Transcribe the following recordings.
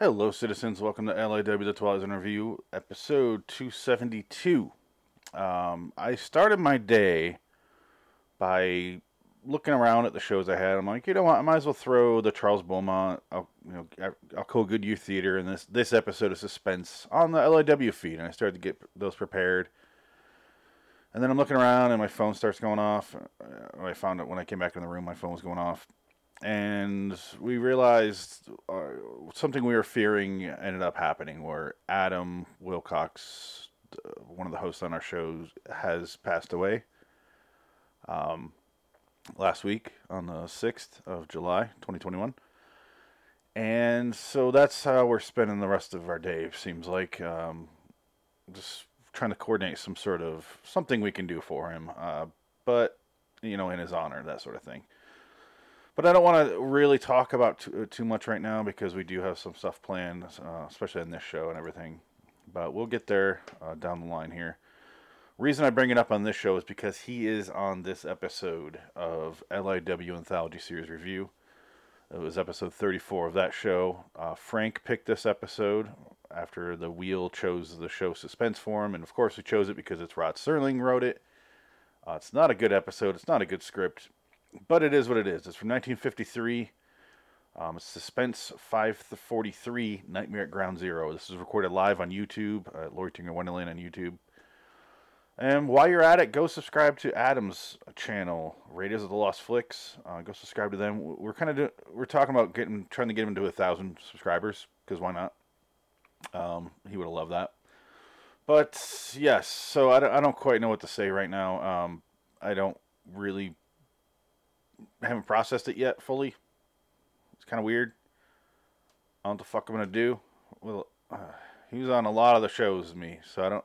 Hello, citizens. Welcome to LAW The Twilight Zone Review, episode 272. Um, I started my day by looking around at the shows I had. I'm like, you know what? I might as well throw the Charles Beaumont, Al- you know, uh, Al- Alcoa Goodyear Theater, and this this episode of Suspense on the LAW feed, and I started to get those prepared. And then I'm looking around, and my phone starts going off. Uh, I found out when I came back in the room, my phone was going off and we realized uh, something we were fearing ended up happening where adam wilcox uh, one of the hosts on our shows has passed away um, last week on the 6th of july 2021 and so that's how we're spending the rest of our day it seems like um, just trying to coordinate some sort of something we can do for him uh, but you know in his honor that sort of thing but I don't want to really talk about too, too much right now because we do have some stuff planned, uh, especially in this show and everything. But we'll get there uh, down the line here. Reason I bring it up on this show is because he is on this episode of LIW Anthology Series Review. It was episode 34 of that show. Uh, Frank picked this episode after the wheel chose the show suspense form, and of course we chose it because it's Rod Serling wrote it. Uh, it's not a good episode. It's not a good script, but it is what it is. It's from 1953. Um, it's Suspense 543 Nightmare at Ground Zero. This is recorded live on YouTube, uh, Lori Tinger Wonderland on YouTube. And while you're at it, go subscribe to Adam's channel, Raiders of the Lost Flicks. Uh, go subscribe to them. We're kind of do- we're talking about getting trying to get him to a thousand subscribers because why not? Um, he would have loved that. But yes, so I don't, I don't quite know what to say right now. Um, I don't really I haven't processed it yet fully. It's kind of weird. I don't know what the fuck I'm gonna do. Well, uh, he was on a lot of the shows with me, so I don't.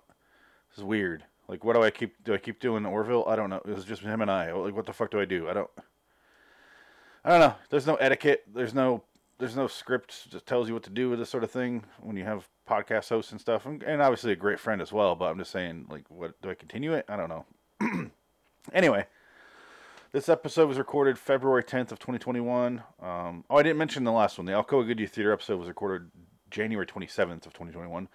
This is weird. Like, what do I keep? Do I keep doing Orville? I don't know. It was just him and I. Like, what the fuck do I do? I don't. I don't know. There's no etiquette. There's no. There's no script that tells you what to do with this sort of thing when you have podcast hosts and stuff, and, and obviously a great friend as well. But I'm just saying, like, what do I continue it? I don't know. anyway, this episode was recorded February 10th of 2021. Um, oh, I didn't mention the last one. The Alcoa Goodyear Theater episode was recorded January 27th of 2021.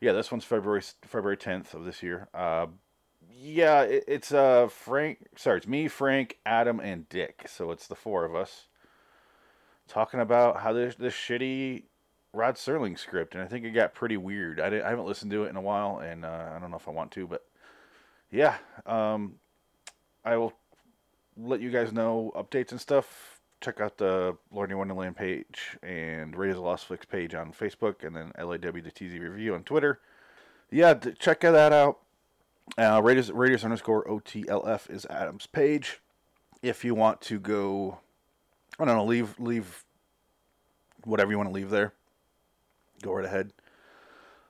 Yeah, this one's February s- February 10th of this year. Uh, yeah, it, it's uh Frank. Sorry, it's me, Frank, Adam, and Dick. So it's the four of us talking about how this this shitty Rod Serling script, and I think it got pretty weird. I, didn't, I haven't listened to it in a while, and uh, I don't know if I want to, but yeah, um, I will let you guys know updates and stuff. Check out the Lord in Wonderland page and Raiders of the Lost Flicks page on Facebook, and then LAW the TZ Review on Twitter. Yeah, d- check that out. Uh, Raiders Raiders underscore OTLF is Adam's page. If you want to go, I don't know, leave leave whatever you want to leave there. Go right ahead.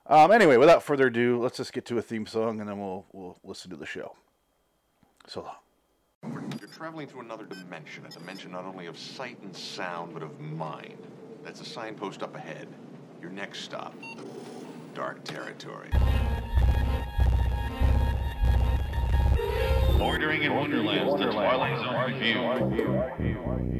Um, anyway, without further ado, let's just get to a theme song, and then we'll we'll listen to the show. So long. You're traveling through another dimension, a dimension not only of sight and sound, but of mind. That's a signpost up ahead. Your next stop, dark territory. Bordering in Wonderland, the Twilight Zone Review.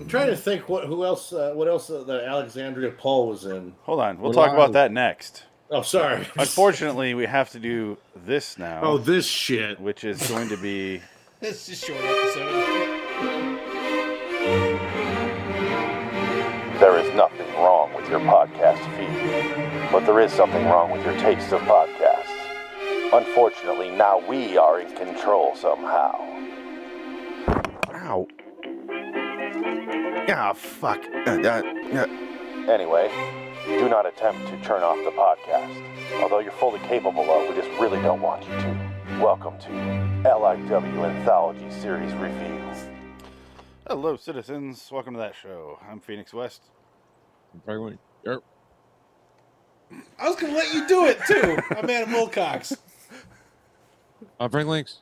I'm trying to think what who else uh, what else uh, that Alexandria Paul was in. Hold on, we'll Hold talk about on. that next. Oh, sorry. Unfortunately, we have to do this now, Oh, this shit. which is going to be This is a short episode. There is nothing wrong with your podcast feed, but there is something wrong with your taste of podcasts. Unfortunately, now we are in control somehow. ow. Ah, fuck. Uh, uh, uh, Anyway, do not attempt to turn off the podcast. Although you're fully capable of, we just really don't want you to. Welcome to LIW Anthology Series Review. Hello, citizens. Welcome to that show. I'm Phoenix West. Probably won't- er, I was gonna let you do it too. I'm Adam Wilcox. Uh, Frank Links.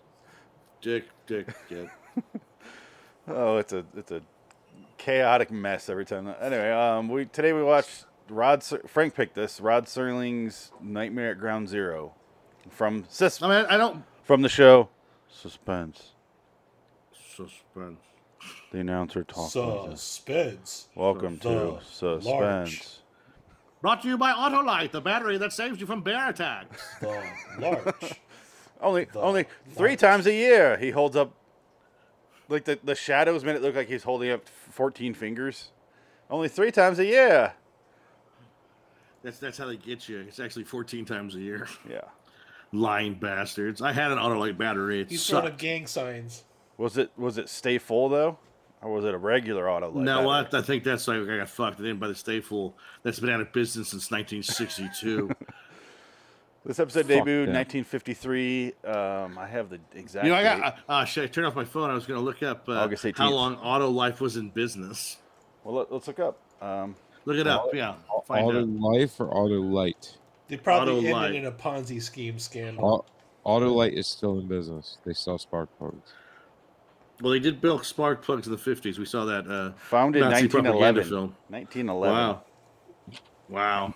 Dick, dick, dick. Oh, it's a it's a chaotic mess every time. Anyway, um, we today we watched Rod Ser- Frank picked this Rod Serling's Nightmare at Ground Zero from sus- I mean, I don't. from the show Suspense. Suspense. The announcer talks. like this. Suspense. Welcome to The Suspense. large. Brought to you by Autolite, the battery that saves you from bear attacks. The large. Only The only three large. times a year he holds up like the, the shadows made it look like he's holding up fourteen fingers. Only three times a year. That's that's how they get you. It's actually 14 times a year. Yeah. Lying bastards. I had an Autolite battery. It He's throwing up sucked. gang signs. Was it was it stay full though? Or was it a regular auto light? You know battery? what? I think that's like I got fucked in by the Stayful. That's been out of business since 1962. This episode Fuck debuted that. 1953. Um, I have the exact. You know, I got. date. Uh, uh, should I turn off my phone? I was going to look up uh, August 18th. how long Auto Life was in business. well, let, us look up. Um, Look it up. Yeah, I'll find Auto out. life or auto light? They probably ended Autolite. in a Ponzi scheme scandal. Au- Auto light is still in business. They sell spark plugs. Well, they did build spark plugs in the 50s. We saw that. Uh, founded Nazi propaganda 1911. film. 1911. wow. Wow.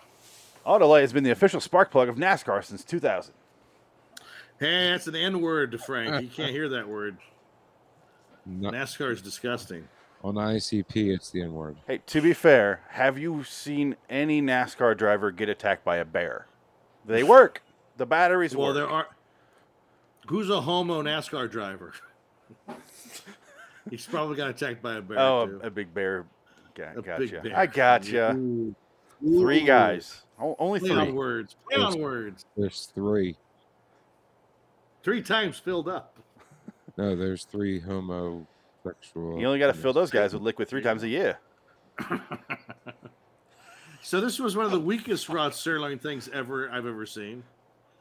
Autolite has been the official spark plug of NASCAR since 2000. Hey, that's an N word to Frank. You can't hear that word. Not, NASCAR is disgusting. on ICP, it's the N word. Hey, to be fair, have you seen any NASCAR driver get attacked by a bear? They work. The batteries Well, work. there are. Who's a homo NASCAR driver? He's probably got attacked by a bear. oh, too. a, a big bear. Ga- A gotcha. big bear. I gotcha. Three Ooh. guys. O- only Play three. on words. Play on words. There's three. Three times filled up. No, there's three homosexual. You only got to fill those guys with liquid three times a year. So this was one of the weakest Rod Serling things ever I've ever seen.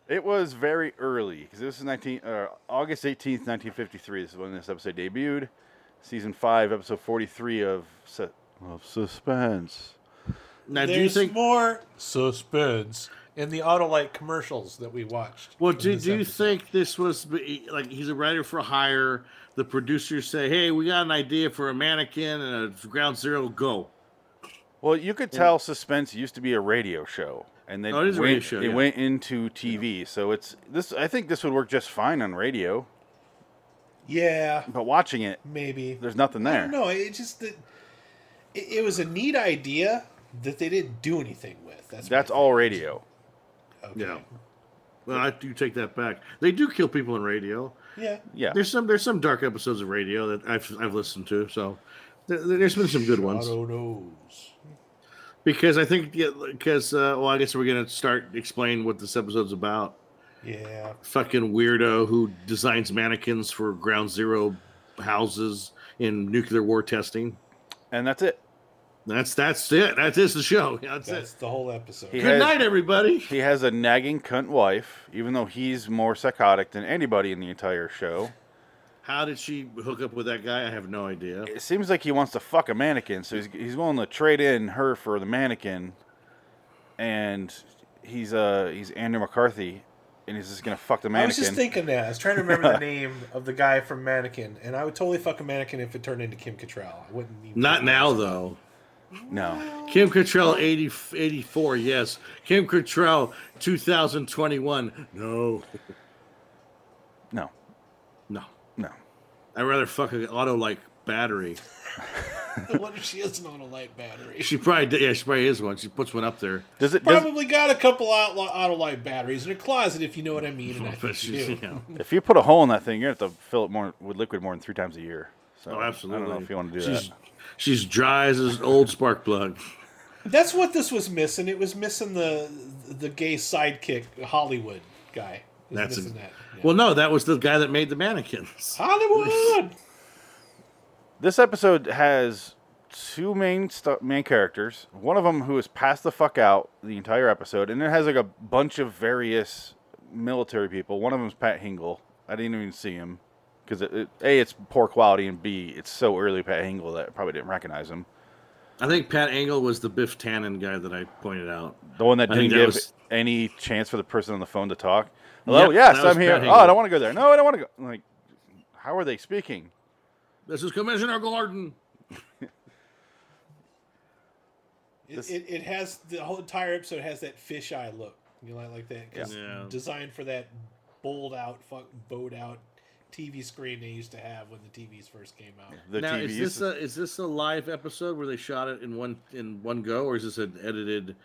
It was very early because this is 19 uh, August 18th, 1953. This is when this episode debuted. Season 5, episode 43 of Su- of Suspense. Now, do you There's think? more suspense in the Autolite commercials that we watched. Well, in do, this do you episode. think this was be- like he's a writer for hire? The producers say, "Hey, we got an idea for a mannequin and a Ground Zero Go." Well, you could tell Suspense used to be a radio show and then Oh, it is a went, radio show, it yeah. went into TV. So it's this I think this would work just fine on radio, Yeah, but watching it maybe. there's nothing there. No, it just that it, it was a neat idea that they didn't do anything with. That's That's my all radio. thing. Yeah. Well, I do take that back. They do kill people in radio. Yeah. Yeah. There's some there's some dark episodes of radio that I've I've listened to. So there, there's been some good ones. Auto oh, knows. Because I think because uh, well, I guess we're gonna start explain what this episode's about. Yeah. Fucking weirdo who designs mannequins for Ground Zero houses in nuclear war testing. And that's it. That's that's it. That is the show. Yeah, that's, That's it. the whole episode. He Good has- night, everybody. He has a nagging cunt wife, even though he's more psychotic than anybody in the entire show. How did she hook up with that guy? I have no idea. it seems like he wants to fuck a mannequin, so he's, he's willing to trade in her for the mannequin, and he's uh he's Andrew McCarthy, and he's just gonna fuck the I mannequin. was just thinking that. I was trying to remember the name of the guy from Mannequin, and I would totally fuck a mannequin if it turned into Kim Cattrall. I wouldn't. Even Not now though. no, Kim Cattrall 80, 84, yes. Kim Cattrall 2021. No. no, No. no. I'd rather fuck an auto like battery. what if she is not a light battery? She probably did. Yeah, she probably is one. She puts one up there. Does it? Does, Probably got a couple out- Autolite batteries in her closet, if you know what I mean. And I But think you she's, you do. know, oh, if you put a hole in that thing, you're gonna have to fill it more with liquid more than three times a year. So oh, absolutely. I don't know if you want to do she's, that. She's dry as an old spark plug. That's what this was missing. It was missing the the gay sidekick Hollywood guy. It was That's a- missing that. Yeah. Well, no, that was the guy that made the mannequins. Hollywood. This episode has two main stu main characters. One of them who is passed the fuck out the entire episode, and it has like a bunch of various military people. One of them is Pat Hingle. I didn't even see him because it, it, a it's poor quality, and b it's so early Pat Hingle that I probably didn't recognize him. I think Pat Angle was the Biff Tannen guy that I pointed out. The one that I didn't think that give was- any chance for the person on the phone to talk. Hello, Yep, yes, that was I'm here. Pat Oh, I Hingle. don't want to go there. No, I don't want to go. Like, how are they speaking? This is Commissioner Gordon. It, it, it has the whole entire episode has that fisheye look. You know, like that 'cause Yeah. Yeah. designed for that bold out, fuck, bowed out TV screen they used to have when the TVs first came out. The now TV is this a is this a live episode where they shot it in one in one go, or is this an edited,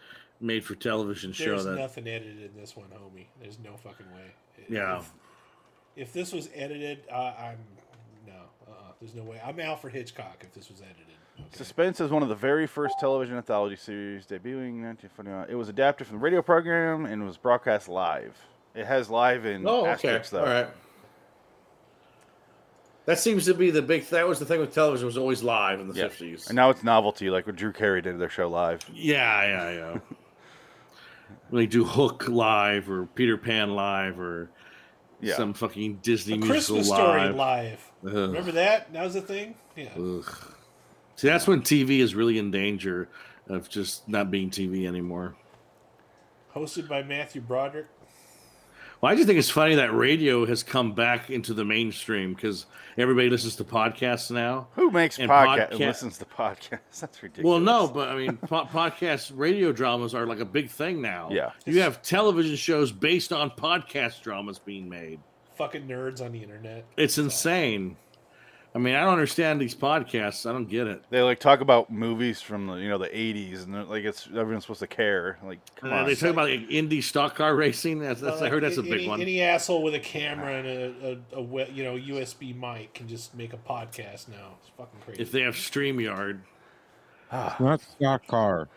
made for television show There's that? nothing edited in this one, homie. There's no fucking way. If- Yeah. If, this was edited, uh, I'm no. Uh-uh, there's no way. I'm Alfred Hitchcock. If this was edited, okay. Suspense is one of the very first television anthology series debuting in 1949. It was adapted from the radio program and was broadcast live. It has live in Oh, okay. asterisks, All though. right. That seems to be the big. That was the thing with television was always live in the Yeah. fifties. And now it's novelty, like when Drew Carey did their show live. yeah, yeah, yeah. when they do Hook live or Peter Pan live or Yeah. some fucking Disney a musical Christmas Story live. Uh-huh. live. Ugh. Remember that? That was a thing. Yeah. Ugh. See, that's when TV is really in danger of just not being TV anymore. Hosted by Matthew Broderick. Well, I just think it's funny that radio has come back into the mainstream because everybody listens to podcasts now. Who makes And podcast and podca- listens to podcasts? That's ridiculous. Well, no, but I mean, po- podcast radio dramas are like a big thing now. Yeah. You have television shows based on podcast dramas being made. Fucking nerds on the internet. It's insane. I mean, I don't understand these podcasts. I don't get it. they like talk about movies from the you know the '80s, and they're- like it's everyone's supposed to care. Like, come And on. they talk about like, indie stock car racing. That's, that's I heard that's a any, big one. Any asshole with a camera and a, a, a we- you know USB mic can just make a podcast now. It's fucking crazy. If they have StreamYard, Ah. Not stock car.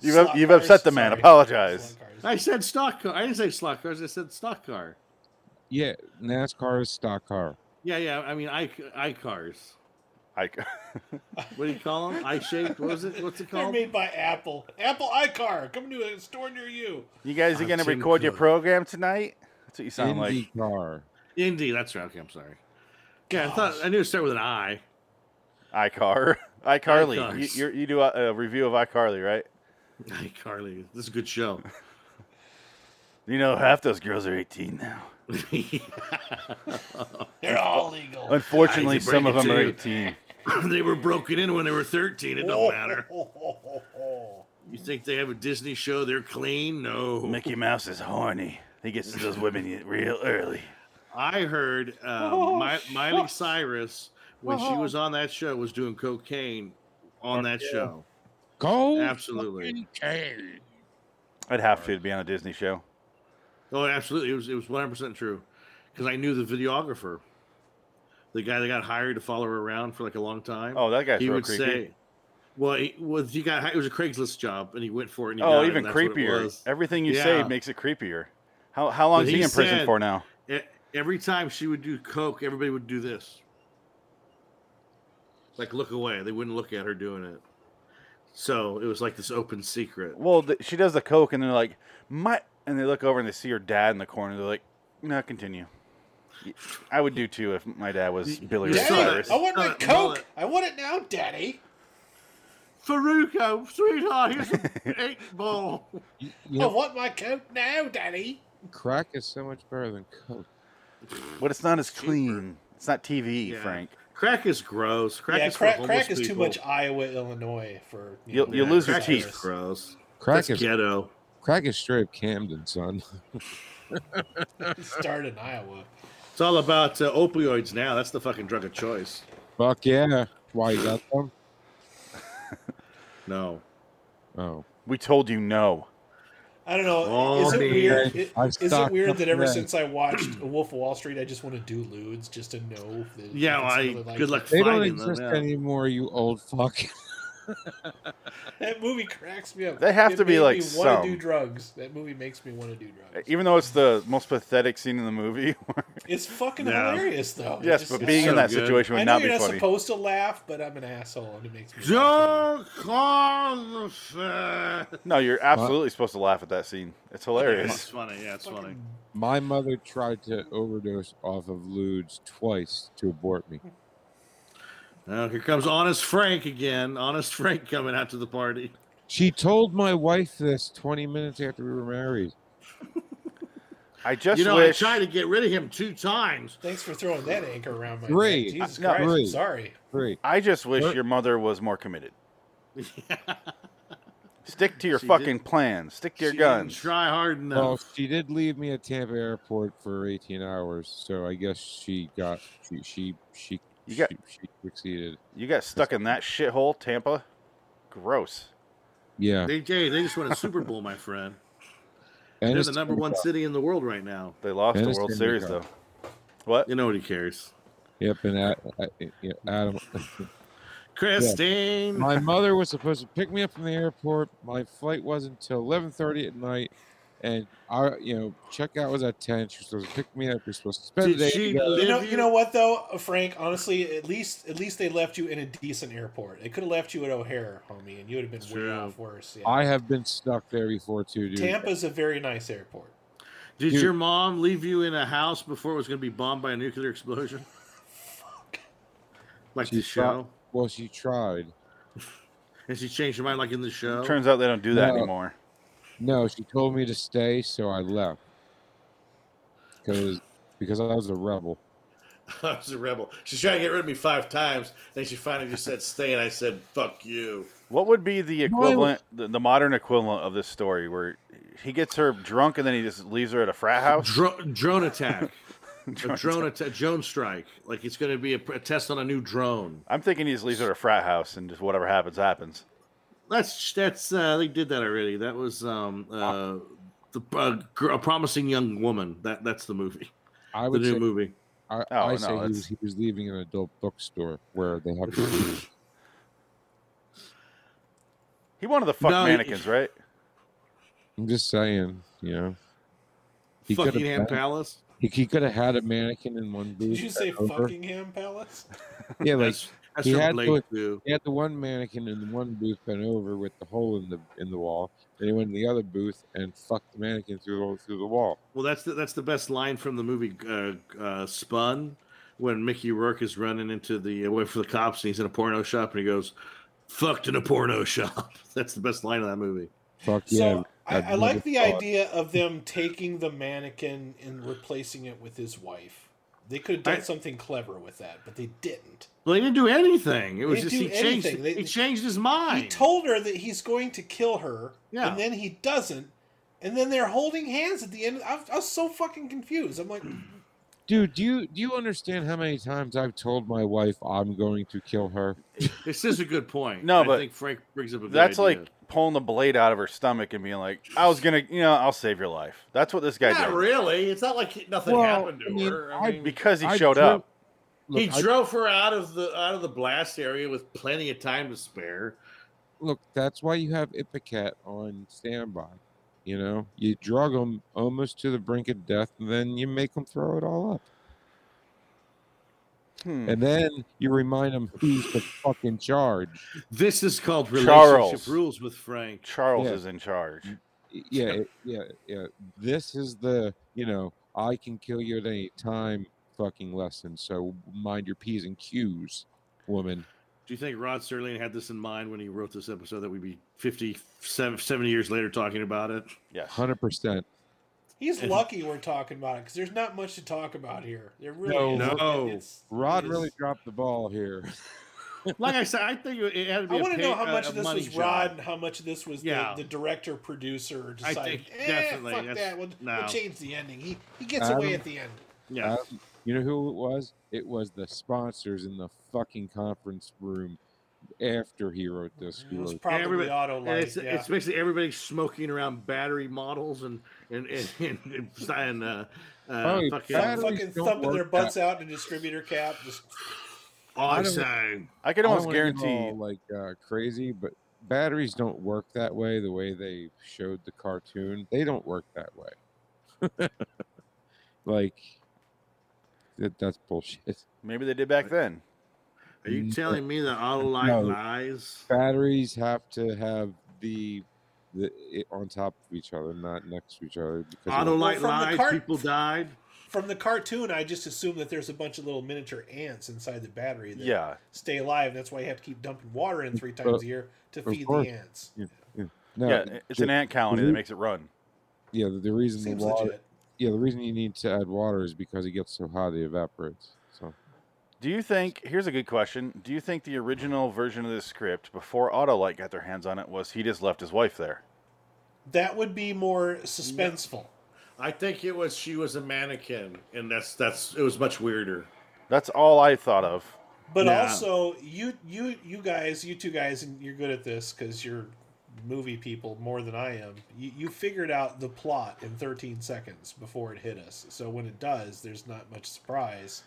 You've, Slot you've cars, upset the man. sorry. Apologize. Slot cars. I said stock car. I didn't say stock cars. I said stock car. Yeah, NASCAR is stock car. Yeah, yeah. I mean, i i cars. I, What do you call them? I shaped. What was it? What's it They're called? made by Apple. Apple iCar. Come to a store near you. you guys are I'm going to Tim record your Cook. program tonight? That's what you sound Indy like. car. Indy. That's right. Okay, I'm sorry. Yeah, I thought I knew it started with an I. iCar. iCarly. iCars. You, you, you do a, a review of iCarly, right? Hey, Carly, this is a good show. You know, half those girls are 18 now. They're all legal. Unfortunately, I hate to some of break them it are to you. 18. they were broken in when they were 13. It don't matter. You think they have a Disney show? They're clean? No. Mickey Mouse is horny. He gets to those women real early. I heard um, Mi- Miley Cyrus when she was on that show was doing cocaine on that show. Go. Absolutely. I'd have to to be on a Disney show. Oh, absolutely. It was it was 100% true because I knew the videographer, the guy that got hired to follow her around for like a long time. Oh, that guy's he real would creepy. say, "Well, he, well, he got hi- it was a Craigslist job, and he went for it." And he oh, got it, even and that's what it creepier. was. Everything you say Yeah. makes it creepier. How how long But is he, he in prison said- for now? E- Every time she would do coke, everybody would do this, like look away. They wouldn't look at her doing it. So it was like this open secret. Well, th she does the coke, and they're like, "My," and they look over and they see her dad in the corner. They're like, "No, continue." I would do too if my dad was Billy Ray you saw Cyrus. Daddy, I want my Uh, Coke. mullet. I want it now, Daddy. Faruko, sweetheart, here's an eight ball. You, I know, want my Coke now, Daddy. Oh. crack is so much better than coke. But it's not as clean. It's not TV, Yeah. Frank. Crack is gross. Crack yeah, is for crack, homeless crack is too people. much Iowa, Illinois for You'll- you'll lose your Crack is teeth. Gross. Crack That's is ghetto. crack is straight up Camden, son. Start in Iowa. It's all about uh, opioids now. That's the fucking drug of choice. Fuck yeah. Why you got them? No. Oh, We told you no. I don't know. Oh, is it man. weird? Is, I've is it stocked weird up that ever today. since I watched Wolf of Wall Street, I just want to do lewds just to know? That Yeah, well, it's I, really like- good luck they don't finding them. exist yeah. anymore. You old fuck. That movie cracks me up. They have to be, made like, me want some. to do drugs. That movie makes me want to do drugs. Even though it's the most pathetic scene in the movie. It's fucking Yeah. hilarious though. It yes, just- but it's being so in that good. situation I would know not you're be not funny. supposed to laugh, but I'm an asshole, and it makes me. laugh. Don't call the feds. No, you're absolutely supposed to laugh at that scene. It's It's hilarious. funny. Yeah, it's funny. My mother tried to overdose off of lewds twice to abort me. Now here comes Honest Frank again. Honest Frank coming out to the party. She told my wife this 20 minutes after we were married. Oh I just you know, wish. I tried to get rid of him two times. Thanks for throwing that anchor around my Three. neck. Jesus No, Christ! I'm three. sorry. Great. I just wish What? your mother was more committed. Stick to your She did- fucking plan. Stick to your She didn't guns. Try hard enough. Well, she did leave me at Tampa Airport for 18 hours, so I guess she got she she she You got- she, she succeeded. You got stuck in that shithole, Tampa. Gross. Yeah, They, hey, they just won a Super Bowl, my friend. and They're it's the number one city in the world right now. They lost And the it's World gonna be Series gone. though. What? You know what he cares. Yep, and A- I- I- yeah, Adam. Christine. My mother was supposed to pick me up from the airport. My flight wasn't till 11:30 at night, and I, you know, checkout was at 10. She was supposed to pick me up. We are supposed to spend Did the day. she together. live You know, you- you know what though, Frank. Honestly, at least at least they left you in a decent airport. They could have left you at O'Hare, homie, and you would have been way True. off worse. Yeah. I have been stuck there before too, dude. Tampa's a very nice airport. Did Dude. your mom leave you in a house before it was going to be bombed by a nuclear explosion? Like She the show, thought- Well, she tried. and she changed her mind, like in the show. Turns out they don't do that No. anymore. No, she told me to stay, so I left because because I was a rebel. I was a rebel. She tried to get rid of me five times. Then she finally just said, "Stay," and I said, "Fuck you." What would be the No, I- equivalent, the, the modern equivalent of this story, where he gets her drunk and then he just leaves her at a frat house? Dro- drone attack. a Drone drone attack. drone strike. Like it's going to be a, a test on a new drone. I'm thinking he just leaves her at a frat house and just whatever happens happens. That's that's uh, they did that already. That was um uh the uh, gr- a promising young woman. That that's the movie. I The would new say, movie. I, Oh, I no, say he that's- was, he was leaving an adult bookstore where they have. He wanted the fuck No, he- mannequins, right? I'm just saying, you know. He could Fucking Ham have Palace. he, he could have had a mannequin in one booth. Did you say and over. fucking him, Palace? Yeah, like That's, that's he from had Blade to- Two. he had the one mannequin in the one booth bent over with the hole in the in the wall. Then he went in the other booth and fucked the mannequin through the hole- through the wall. Well, that's the, that's the best line from the movie uh, uh, Spun when Mickey Rourke is running into the uh, away for the cops and he's in a porno shop and he goes, "Fucked in a porno shop." That's the best line of that movie. Fuck yeah! So I, I've I like never the thought- idea of them taking the mannequin and replacing it with his wife. They could have done I- something clever with that, but they didn't. Well, he didn't do anything. It was didn't just he do changed. anything. They- he changed his mind. He told her that he's going to kill her, Yeah. and then he doesn't, and then they're holding hands at the end. I was, I was so fucking confused. I'm like, Dude, do you do you understand how many times I've told my wife I'm going to kill her? this is a good point. No, I but think Frank brings up a good That's idea. like pulling the blade out of her stomach and being like, "I was gonna, you know, I'll save your life." That's what this guy Not did really. It's not like he- nothing Well, happened to I mean, her. I- I mean, because he I showed drove- up. Look, he I- drove her out of the out of the blast area with plenty of time to spare. look, that's why you have Ipecac on standby. You know, you drug them almost to the brink of death, and then you make them throw it all up, Hmm. and then you remind them who's the fucking charge. This is called relationship Charles. rules with Frank. Charles Yeah. is in charge. Y- Yeah, it- yeah, yeah. This is the you know I can kill you at any time fucking lesson. So mind your p's and q's, woman. Do you think Rod Serling had this in mind when he wrote this episode that we'd be 50, 70 years later talking about it? Yes. Hundred percent. he's lucky we're talking about it because there's not much to talk about here. There really No. is. No. Rod it really is- dropped the ball here. Like I said, I think it it had to be. I want a to know pay- how a- much a of this money was job. Rod and how much of this was Yeah. the, the director producer I deciding. think eh, definitely fuck that's- that. We'll, no. we'll change the ending. He he gets Adam- away at the end. Uh, Yeah, Um, you know who it was? It was the sponsors in the fucking conference room after he wrote this. It was wrote- probably everybody- auto and it's, life. Yeah. it's basically everybody smoking around battery models and and and and, and uh, Oh, uh, Hey, fucking Some battery- batteries fucking don't thumping work their butts out in a distributor cap. Just I don't- oxide. I could I don't almost wanna get guarantee. all, like uh, crazy, but batteries don't work that way. The way they showed the cartoon, they don't work that way. like that, that's bullshit. Maybe they did back then. Are you Mm, telling me that auto line No. lies? Batteries have to have the the it on top of each other, not next to each other. Because of- Auto light from the lies. cart- People died. from the cartoon, I just assume that there's a bunch of little miniature ants inside the battery that Yeah. stay alive. That's why you have to keep dumping water in three times a year to feed course. the ants. Yeah. no, yeah. It's an the- ant colony that Mhm. makes it run. yeah. The, the reason the Seems water, legit. yeah, the reason you need to add water is because it gets so hot it evaporates. So Do you think? Here's a good question. Do you think the original version of this script, before Autolite got their hands on it, was he just left his wife there? That would be more suspenseful. I think it was she was a mannequin, and that's that's it was much weirder. That's all I thought of. But Yeah. also, you you you guys, you two guys, and you're good at this because you're movie people more than I am. You, you figured out the plot in 13 seconds before it hit us. So when it does, there's not much surprise.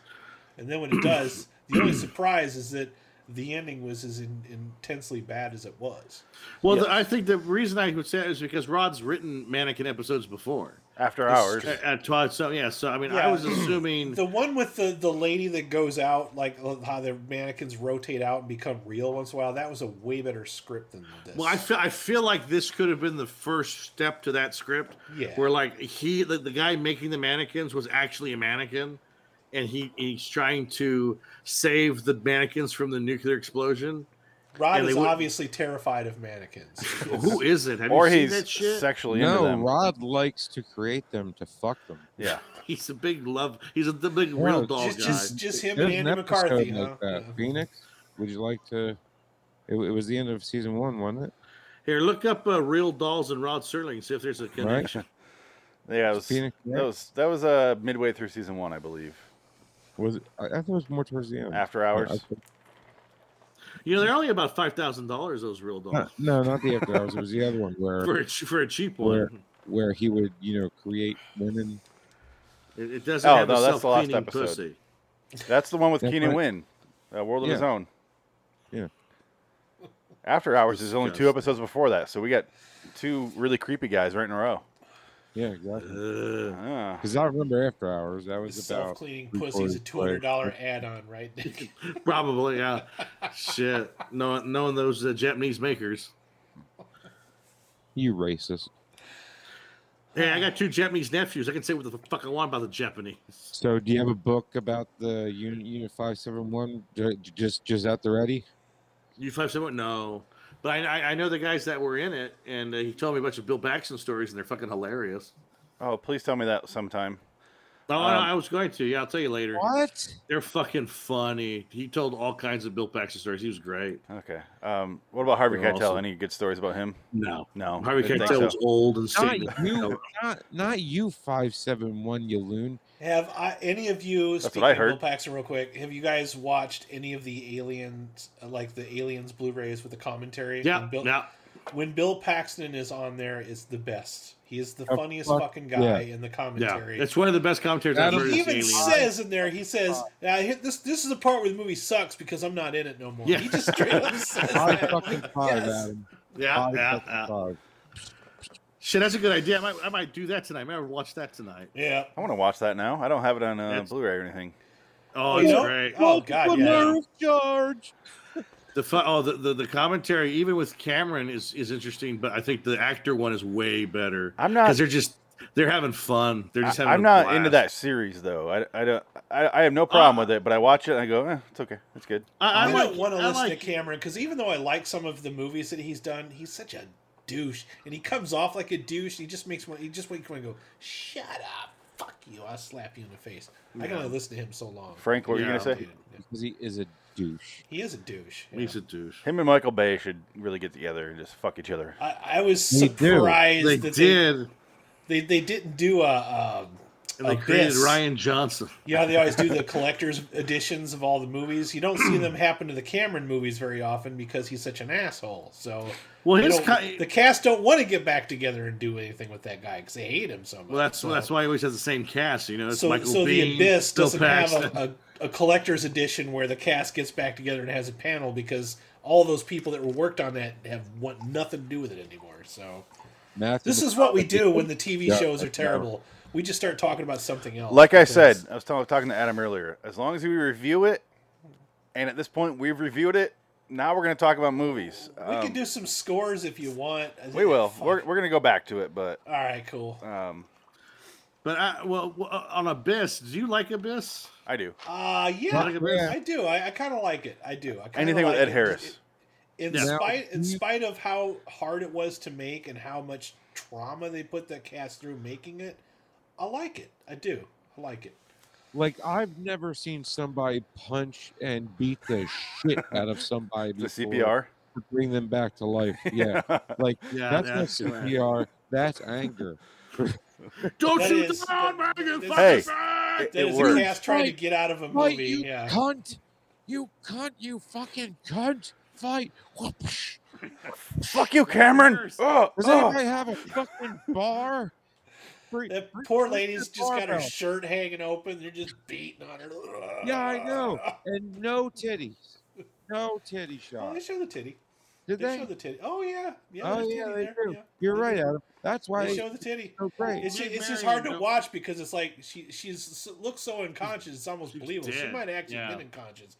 And then when it does, the only surprise is that the ending was as in, intensely bad as it was. Well, the, I think the reason I would say that is because Rod's written mannequin episodes before. After hours. Uh, uh, Todd, so yeah, so I mean, I Yeah. was assuming The one with the the lady that goes out, like uh, how the mannequins rotate out and become real once in a while. That was a way better script than this. Well, I feel I feel like this could have been the first step to that script. Yeah. Where like he the, the guy making the mannequins was actually a mannequin and he he's trying to save the mannequins from the nuclear explosion. Rod and they is wouldn't- obviously terrified of mannequins. Who is it? Have or you seen he's that shit? sexually into No, them. Rod likes to create them to fuck them. Yeah. He's a big love. He's a the big real No, doll just, guy. just, just him There's and an Andy episode McCarthy. like huh? that. Yeah. Phoenix, would you like to? It, it was the end of season one, wasn't it? Here, look up uh, real dolls and Rod Serling and see if there's a Right. connection. Yeah, it was, that Phoenix, right? was that was uh, midway through season one, I believe. Was it, I, I thought it was more towards the end. After hours. I- You know, they're only about five thousand dollars. Those real dolls I- no, not the after hours. It was the other one where for a, ch- for a cheap one. Where- where he would you know create women. It, it doesn't Oh, have no, a that's the last self-cleaning episode. pussy. That's the one with That's Keenan right. Wynn, uh, World of His Yeah. Own. Yeah. After Hours is only two Disgusting. episodes before that, so we got two really creepy guys right in a row. Yeah, Uh, exactly. Ugh. Ah. Because I remember after hours that was Self about. cleaning three pussy's a two quarters hundred dollar add on, right? Nick? Probably, yeah. Shit, knowing, knowing those uh, Japanese makers. You racist. Hey, I got two Japanese nephews. I can say what the fuck I want about the Japanese. So, do you have a book about the unit unit five seven one? Just just at the ready. You five seven? No, but I, I, I know the guys that were in it, and uh, he told me a bunch of Bill Baxton stories, and they're fucking hilarious. Oh, please tell me that sometime. Oh, no, Um, I was going to. Yeah, I'll tell you later. What? They're fucking funny. He told all kinds of Bill Baxton stories. He was great. Okay. Um, what about Harvey They're Keitel? awesome. Any good stories about him? No, No. Harvey didn't Keitel think was so. old and Oh, Not stupid. you, not, not you, five seven one, you loon. have I, any of you? That's what speaking I of Bill heard. Paxton, real quick. Have you guys watched any of the aliens, uh, like the aliens Blu-rays with the commentary? Yeah, When Bill, yeah. when Bill Paxton is on there, it's the best. He is the Oh, funniest fuck, fucking guy in the Yeah, commentary. it's one of the best commentaries I've That'll- heard. he is the even Alien. says in there, he says, "Now, here- "This this is the part where the movie sucks because I'm not in it no more." Yeah. He just straight up says Five that. fucking five, Yes. Adam. yeah, Five yeah, fucking yeah. five. Shit, that's a good idea. I might, I might do that tonight. I might watch that tonight. Yeah. I want to watch that now. I don't have it on uh, That's- Blu-ray or anything. Oh, You it's know? great. Oh God, yeah. George. The fu- oh the, the the commentary even with Cameron is is interesting, but I think the actor one is way better I'm not. because they're just they're having fun. They're just I, having. am a not blast. into that series though. I, I don't. I, I have no problem with it, but I watch it and I go, eh, it's okay. It's good. I, I, I don't like, want to I listen like, to Cameron because even though I like some of the movies that he's done, he's such a douche, and he comes off like a douche. He just makes me. He just makes me go, "Shut up, fuck you! I'll slap you in the face." I can only listen to him so long. Frank, what were you Yeah. gonna say? Dude, Because he is a douche. He is a douche. yeah. He's a douche. Him and Michael Bay should really get together and just fuck each other. I, I was They do. surprised They that did, and They, they they didn't do a. Um, they a created this. Ryan Johnson. You know how they always do the collector's editions of all the movies. You don't see them happen to the Cameron movies very often because he's such an asshole. So Well, they his don't- ki- the cast don't want to get back together and do anything with that guy because they hate him so much. well, that's so, that's why he always has the same cast. You know, it's so, Michael so the Biehn, Abyss Bill doesn't Paxton. have a, a, a collector's edition where the cast gets back together and has a panel because all those people that were worked on that have want nothing to do with it anymore. So Matthew this is what we do when the TV Yeah, shows are that's right. terrible. We just start talking about something else. Like I because- said, I was tell- talking to Adam earlier. As long as we review it, and at this point we've reviewed it. Now we're gonna talk about movies. We Um, can do some scores if you want. We will. Fuck. We're, we're gonna go back to it, but All right, cool. um, but I, well, well, on Abyss, do you like Abyss? I do. Uh Not yeah, like Abyss? I do. I, I kind of like it. I do. I kinda Anything with like Ed it. Harris. In Yeah. spite, in Now- spite of how hard it was to make and how much trauma they put that cast through making it, I like it. I do. I like it. Like I've never seen somebody punch and beat the shit out of somebody The before CPR. to bring them back to life. Yeah, like Yeah, that's, that's not right. CPR. That's anger. Don't That shoot is- the brown man, you that- fucking Hey. bird! It- That is works. a cast trying to Right, get out of a Fight, movie. you yeah. cunt! You cunt! You fucking cunt! Fight! Whoosh. Fuck you, Cameron. Worse. Oh, Does oh. anybody have a fucking bar? Bring- That bring- poor bring lady's the just got her barbell. shirt hanging open. They're just beating on her. Yeah, I know. and no titties. No titty Oh, shot. they show the titty. Did They, they? show the titty. Oh yeah, yeah. Oh, there's yeah, titty they there. do. Yeah. You're They right, do. Adam. That's why They it's show the titty. so great. It's just, Lady it's just Marion, hard to don't- watch because it's like she she's looks so unconscious. It's almost She's believable. She dead, might actually yeah. been unconscious.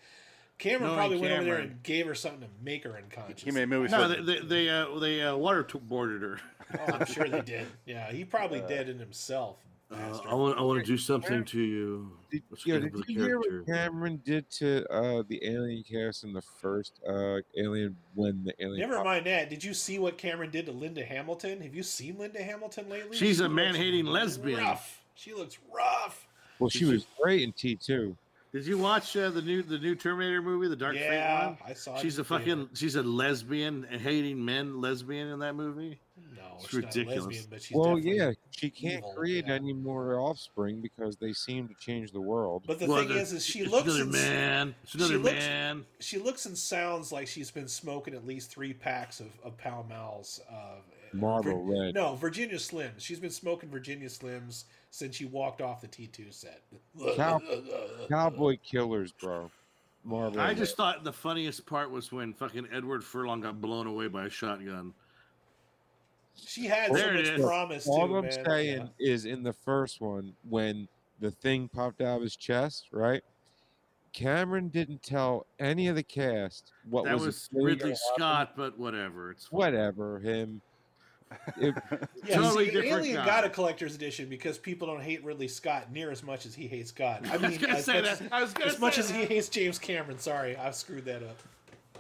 Cameron Knowing probably went over there Cameron. and gave her something to make her unconscious. He made movies. No, with- they they they, uh, they uh, waterboarded her. oh, I'm sure they did. Yeah, he probably did it himself. Uh, bastard. I want I want to do something to you. Did, Let's yeah, go did with the you hear what character. Cameron did to uh, the alien cast in the first uh, Alien when the alien? Never mind that. Did you see what Cameron did to Linda Hamilton? Have you seen Linda Hamilton lately? She's a looks man-hating lesbian. Rough. She looks rough. Well, she Did you- was great in T two. Did you watch uh, the new the new Terminator movie, the Dark Fate yeah, one? I saw. it She's in a the theater. fucking she's a lesbian and hating men lesbian in that movie. No, it's she's ridiculous. Not a lesbian, but she's Well, definitely- yeah, she can't evil, create yeah. any more offspring because they seem to change the world. But the Well, thing the- is, is she it's looks another and, s- man. It's she another looks- man. she looks and sounds like she's been smoking at least three packs of, of Pall Malls. Uh, Marble Vir- Red. No, Virginia Slims. She's been smoking Virginia Slims since she walked off the T2 set. Cow- Cowboy killers, bro. Marble. I Red. just thought the funniest part was when fucking Edward Furlong got blown away by a shotgun. She had so There it much is. promise, too, all I'm man. saying is in the first one when the thing popped out of his chest, right? Cameron didn't tell any of the cast what that was, was really Ridley gonna happen. Scott, but whatever. It's Whatever him. It- Yeah, Totally see, different Alien guy. got a collector's edition because people don't hate Ridley Scott near as much as he hates God. I mean, I was gonna as say much, that. I was gonna as, much say as he that. hates James Cameron. Sorry, I screwed that up.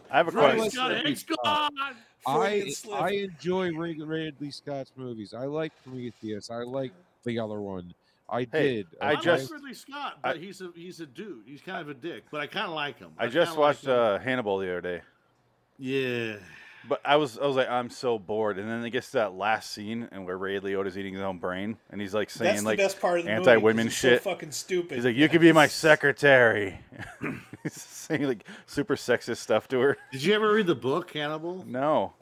I have a Right, Ridley question. let's- Scott hates God. I Freudian slip. I enjoy Rid- Ridley Scott's movies. I like Prometheus. I like the other one. I Hey, did. I okay? just- like Ridley Scott, but he's a he's a dude. He's kind of a dick, but I kind of like him. I kinda just like watched him. uh, Hannibal the other day, yeah. but I was I was like, I'm so bored. And then it gets to that last scene, and where Ray Liotta's eating his own brain, and he's like saying That's like the best part of the movie, 'cause anti-women it's shit. So fucking stupid. He's like, you could be my secretary. He's saying like super sexist stuff to her. Did you ever read the book Hannibal? No,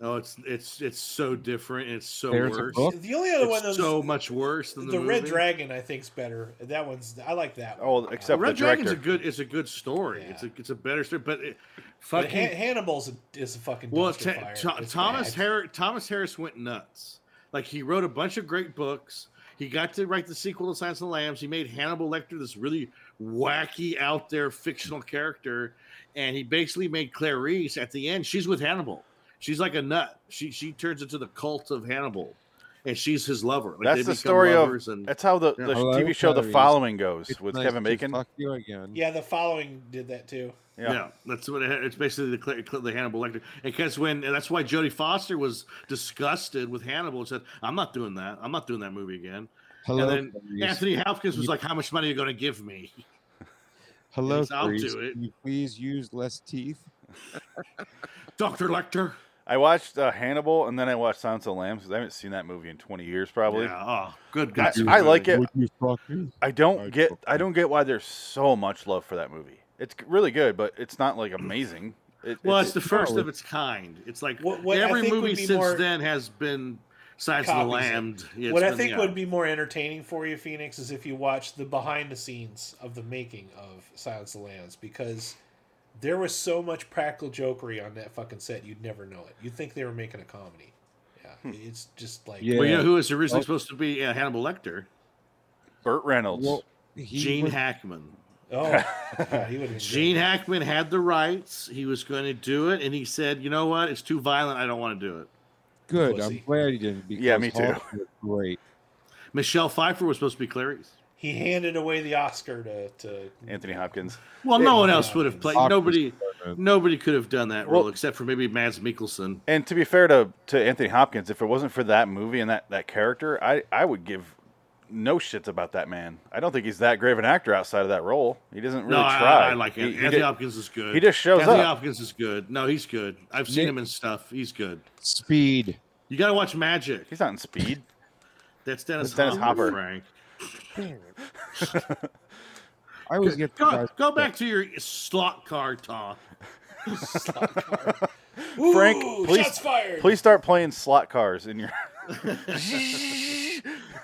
Oh, it's it's it's so different. and It's so There's a worse. book? The only other one that It's was so much worse the, than the, Red movie. Dragon, I think's better. That one's I like that. one. oh, The except for the Red Dragon's director. a good. It's a good story. Yeah. It's a it's a better story, but it, But Han- fucking Hannibal's a, is a fucking well, dumpster Ta- fire. Ta- It's Thomas bad. Harris Thomas Harris went nuts. Like he wrote a bunch of great books. He got to write the sequel to Silence of the Lambs. He made Hannibal Lecter this really wacky, out there fictional character, and he basically made Clarice at the end. She's with Hannibal. She's like a nut. She she turns into the cult of Hannibal, and she's his lover. Like That's they the become story of- lovers and That's how the, Yeah. the Hello, TV show The Clarice. Following goes It's with nice Kevin to Bacon. Fuck you again. Yeah, the following did that too. Yeah. Yeah. that's what it, had- it's basically the, Cla- Cla- the Hannibal Lecter. Because when and that's why Jodie Foster was disgusted with Hannibal and said, "I'm not doing that. I'm not doing that movie again." Hello. and then Clarice. Anthony Hopkins was like, "How much money are you going to give me?" Hello. Yes, I'll do Clarice. it. Can you please use less teeth? Doctor Lecter. I watched uh, Hannibal, and then I watched Silence of the Lambs because I haven't seen that movie in 20 years, probably. Yeah. Oh, good. I- good I like it. Would you fuck me? I don't I get. don't- I don't get why there's so much love for that movie. It's g- really good, but it's not like amazing. It, Well, it's, it's the first no. of its kind. It's like What- what I every think would movie be since more then has been Silence of copies the of- Lambs. Yeah, it's what I been- think yeah. would be more entertaining for you, Phoenix, is if you watch the behind the scenes of the making of Silence of the Lambs, because there was so much practical jokery on that fucking set, you'd never know it. You'd think they were making a comedy. Yeah, Hmm. it's just like Yeah. Well, you know who was originally Oh. supposed to be uh, Hannibal Lecter? Burt Reynolds. Well, he Gene was- Hackman. oh, God, he would have Gene Hackman had the rights. He was going to do it, and he said, "You know what? It's too violent. I don't want to do it." Good. Pussy. I'm glad he didn't. Because Yeah, me too. Hawk was Great. Michelle Pfeiffer was supposed to be Clarice. He handed away the Oscar to, to Anthony Hopkins. Well, no one else would have Hopkins. played. Hawk was Nobody, perfect. nobody could have done that Well- role except for maybe Mads Mikkelsen. And to be fair to, to Anthony Hopkins, if it wasn't for that movie and that, that character, I, I would give no shits about that man. I don't think he's that great of an actor outside of that role. He doesn't really no, I- try. I, I like He- him. he Anthony did- Hopkins is good. he just shows Anthony up. Hopkins is good. No, he's good. I've seen Nick- him in stuff. He's good. Speed. You got to watch Magic. He's not in Speed. That's Dennis, That's Dennis Hopper. Frank. I always get Go, go back to your slot car talk. Frank, Ooh, please- shots fired. Please start playing slot cars in your.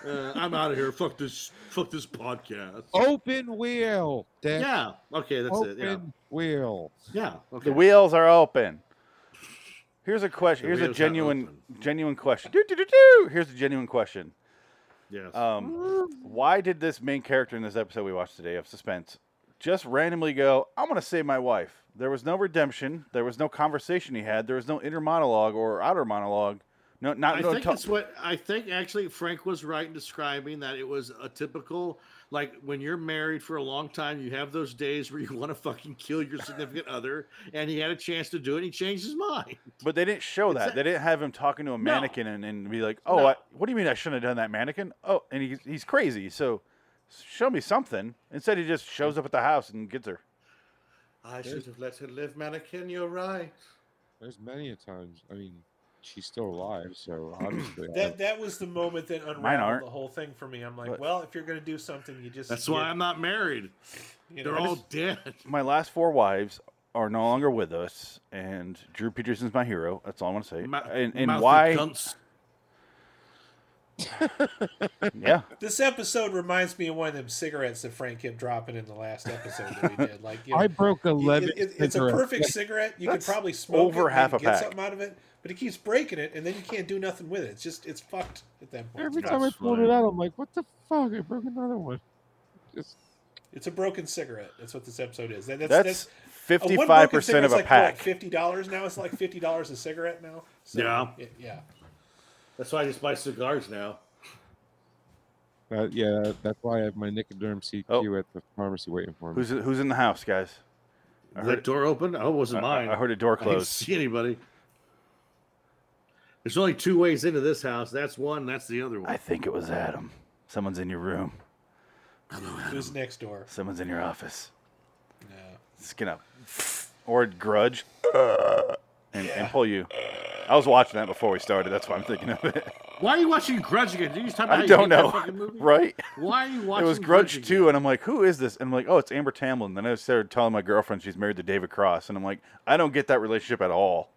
Uh, I'm out of here. Fuck this. Fuck this podcast. Open wheel. Dick. yeah. Okay, that's Open it. Yeah. wheel. Yeah. Okay. The wheels are open. Here's a question. The Here's a wheels are genuine, open. genuine question. Do, do, do, do. Here's a genuine question. Yes. Um, why did this main character in this episode we watched today of Suspense just randomly go, I'm going to save my wife? There was no redemption. There was no conversation he had. There was no inner monologue or outer monologue. No, not I no think ta- it's what I think. Actually, Frank was right in describing that it was a typical like when you're married for a long time, you have those days where you want to fucking kill your significant other, and he had a chance to do it. And he changed his mind. But they didn't show that. a- They didn't have him talking to a mannequin and, and be like, "Oh, No. I, what do you mean I shouldn't have done that mannequin?" Oh, and he's he's crazy. So show me something. Instead, he just shows up at the house and gets her. I should have let her live, mannequin. You're right. There's many a times. I mean, she's still alive, so obviously. I- That that was the moment that Mine aren't. unraveled the whole thing for me. I'm like, But- well, if you're gonna do something, you just That's why you- I'm not married. you know, They're I all just- dead. My last four wives are no longer with us, and Drew Peterson's my hero. That's all I want to say. Mou- and and mouthy why? cunts. Yeah, This episode reminds me of one of them cigarettes that Frank kept dropping in the last episode that we did. Like you know, I broke it- eleven. it- it's a cigarettes. perfect cigarette. You could That's probably smoke over it half and a get pack. something out of it, but he keeps breaking it, and then you can't do nothing with it. It's just it's fucked at that point. Every It's, time I not- pulled it out, I'm like, "What the fuck? I broke another one." Just it's a broken cigarette. That's what this episode is. That- that's that's that's a one fifty-five broken percent of cigarette's a like, pack. What, Fifty dollars now. It's like fifty dollars a cigarette now. So, Yeah. y- yeah. That's why I just buy cigars now. uh, yeah, that's why I have my Nicoderm CQ Oh. at the pharmacy waiting for me. who's who's in the house, guys? I heard Is that it- door open? Oh, it I, wasn't mine. I heard a door I didn't close. see anybody. There's only two ways into this house. That's one. That's the other I one. think it was Adam. Someone's in your room. Who's next door? Someone's in your office. No. It's gonna or grudge and, and pull you. I was watching that before we started. That's why I'm thinking of it. Why are you watching Grudge again? Did you just talk about how I you don't hate that know, fucking movie? right? Why are you It watching? was Grudge again? too, and I'm like, who is this? And I'm like, oh, it's Amber Tamblyn. Then I started telling my girlfriend she's married to David Cross, and I'm like, I don't get that relationship at all.